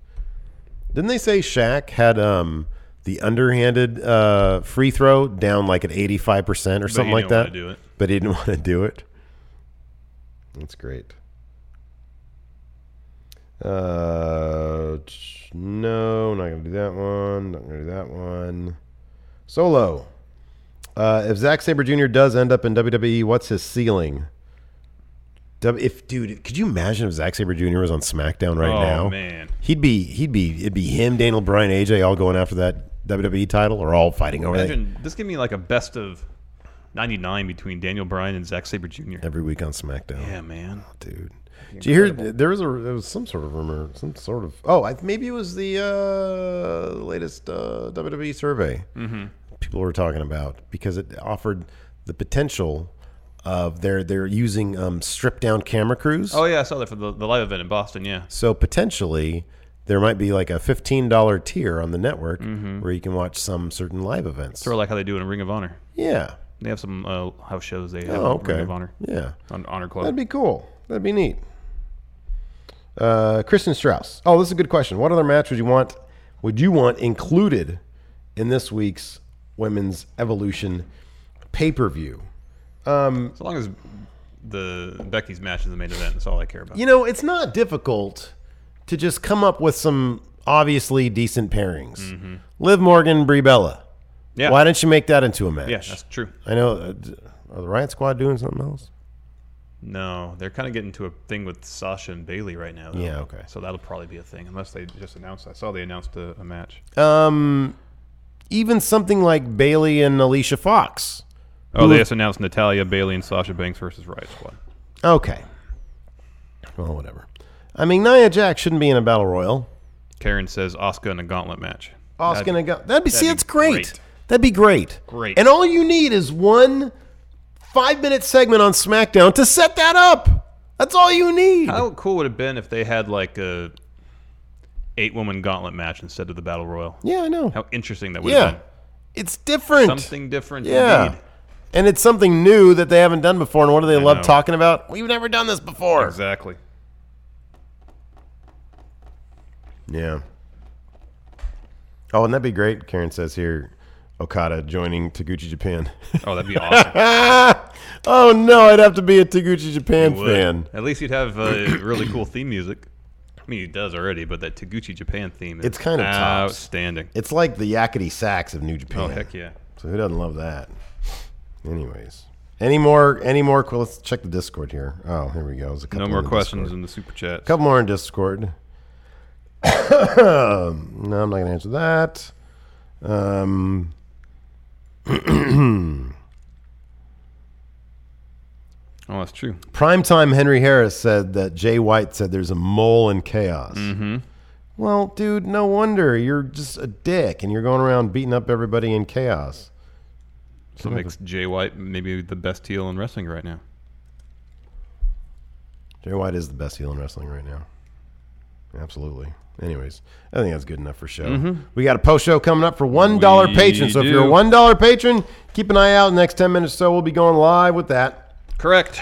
Speaker 2: Didn't they say Shaq had um the underhanded uh, free throw down like at eighty five percent or
Speaker 13: But he
Speaker 2: something like
Speaker 13: didn't wanna
Speaker 2: that?
Speaker 13: do it.
Speaker 2: But he didn't want to do it. That's great. Uh, ch- no, not gonna do that one. Not gonna do that one. Solo. Uh, if Zack Saber Jr. does end up in WWE, what's his ceiling? W- If dude, could you imagine if Zack Saber Jr. was on SmackDown right
Speaker 13: Oh,
Speaker 2: now?
Speaker 13: man.
Speaker 2: he'd be he'd be it'd be him, Daniel Bryan, AJ, all going after that WWE title, or all fighting over that
Speaker 13: Imagine this. Give me like a best of '99 between Daniel Bryan and Zack Saber Jr.
Speaker 2: every week on SmackDown.
Speaker 13: Yeah, man.
Speaker 2: dude. Did you hear there was a there was some sort of rumor, some sort of oh, I, maybe it was the uh, latest uh, WWE survey
Speaker 13: Mhm.
Speaker 2: people were talking about because it offered the potential of they're they're using um, stripped down camera crews,
Speaker 13: Oh yeah, I saw that for the, the live event in Boston. Yeah.
Speaker 2: so potentially there might be like a fifteen dollar tier on the network
Speaker 13: Mhm.
Speaker 2: where you can watch some certain live events.
Speaker 13: Sort of like how they do it in Ring of Honor.
Speaker 2: Yeah.
Speaker 13: They have some uh, house shows they
Speaker 2: Oh,
Speaker 13: have. in Ring
Speaker 2: okay.
Speaker 13: of Honor.
Speaker 2: Yeah.
Speaker 13: On Honor Club.
Speaker 2: That'd be cool. That'd be neat. Uh, Kristen Strauss. Oh, this is a good question. What other match would you want? Would you want included in this week's Women's Evolution pay per view? Um,
Speaker 13: as long as the Becky's match is the main event, that's all I care about.
Speaker 2: You know, it's not difficult to just come up with some obviously decent pairings.
Speaker 13: Mhm.
Speaker 2: Liv Morgan, Brie Bella.
Speaker 13: Yeah.
Speaker 2: Why don't you make that into a match?
Speaker 13: Yeah, that's true.
Speaker 2: I know. Uh, d- are the Riot Squad doing something else?
Speaker 13: No, they're kind of getting to a thing with Sasha and Bailey right now. Though.
Speaker 2: Yeah, okay.
Speaker 13: So that'll probably be a thing, unless they just announced. I saw they announced a, a match.
Speaker 2: Um, even something like Bailey and Alicia Fox.
Speaker 13: Oh,
Speaker 2: Who-
Speaker 13: they just announced Natalia, Bailey, and Sasha Banks versus Riot Squad.
Speaker 2: okay. Well, whatever. I mean, Nia Jax shouldn't be in a battle royal.
Speaker 13: Karen says Oscar in a gauntlet match.
Speaker 2: Oscar
Speaker 13: That'd-
Speaker 2: and go. That'd be see, that's great.
Speaker 13: great.
Speaker 2: That'd be great.
Speaker 13: Great.
Speaker 2: And all you need is one five-minute segment on SmackDown to set that up. That's all you need.
Speaker 13: How cool would it have been if they had like a eight woman gauntlet match instead of the battle royal?
Speaker 2: Yeah, I know.
Speaker 13: How interesting that would
Speaker 2: yeah,
Speaker 13: have been.
Speaker 2: it's different.
Speaker 13: Something different.
Speaker 2: Yeah.
Speaker 13: Indeed.
Speaker 2: And it's something new that they haven't done before. And what do they love
Speaker 13: know.
Speaker 2: talking about? We've never done this before.
Speaker 13: Exactly.
Speaker 2: Yeah. Oh, wouldn't that be great? Karen says here, Okada joining Taguchi Japan.
Speaker 13: Oh, that'd be awesome.
Speaker 2: Oh no, I'd have to be a Taguchi Japan fan.
Speaker 13: At least you'd have uh, really cool theme music. I mean, he does already, but that Taguchi Japan theme is
Speaker 2: It's kind of tops.
Speaker 13: outstanding.
Speaker 2: It's like the yakety sax of New Japan.
Speaker 13: Oh, heck yeah.
Speaker 2: So who doesn't love that? Anyways, any more? Any more? que- Let's check the Discord here. Oh, here we go. There's a couple
Speaker 13: No
Speaker 2: in
Speaker 13: more
Speaker 2: the
Speaker 13: questions
Speaker 2: Discord.
Speaker 13: in the super chat.
Speaker 2: couple more in Discord. no, I'm not gonna answer that. Um.
Speaker 13: Oh, that's true.
Speaker 2: Primetime Henry Harris said that Jay White said there's a mole in chaos. Mm-hmm. Well, dude, no wonder you're just a dick and you're going around beating up everybody in chaos.
Speaker 13: So it makes Jay White maybe the best heel in wrestling right now.
Speaker 2: Jay White is the best heel in wrestling right now. Absolutely. Anyways, I think that's good enough for show.
Speaker 13: Mhm.
Speaker 2: We got a post show coming up for one dollar
Speaker 13: We
Speaker 2: patron. So if you're a
Speaker 13: do.
Speaker 2: one dollar patron, keep an eye out. Next ten minutes or so, we'll be going live with that.
Speaker 13: Correct.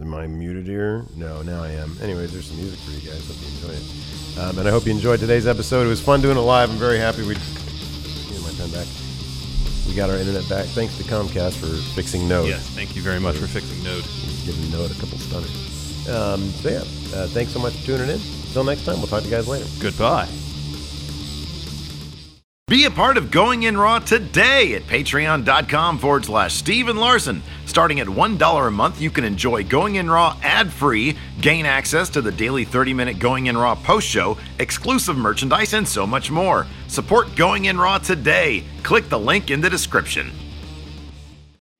Speaker 2: Am I muted here? No, now I am. Anyways, there's some music for you guys. Hope you enjoy it. Um, and I hope you enjoyed today's episode. It was fun doing it live. I'm very happy we Give me my pen back. We got our internet back. Thanks to Comcast for fixing Node.
Speaker 13: Yes, thank you very much for fixing Node.
Speaker 2: Giving Node a couple stunners. Um, so yeah, uh, thanks so much for tuning in. Until next time, we'll talk to you guys later.
Speaker 13: Goodbye.
Speaker 7: Be a part of Going In Raw today at patreon.com forward slash Steven Larson. Starting at $1 a month, you can enjoy Going In Raw ad free, gain access to the daily 30 minute Going In Raw post show, exclusive merchandise, and so much more. Support Going In Raw today. Click the link in the description.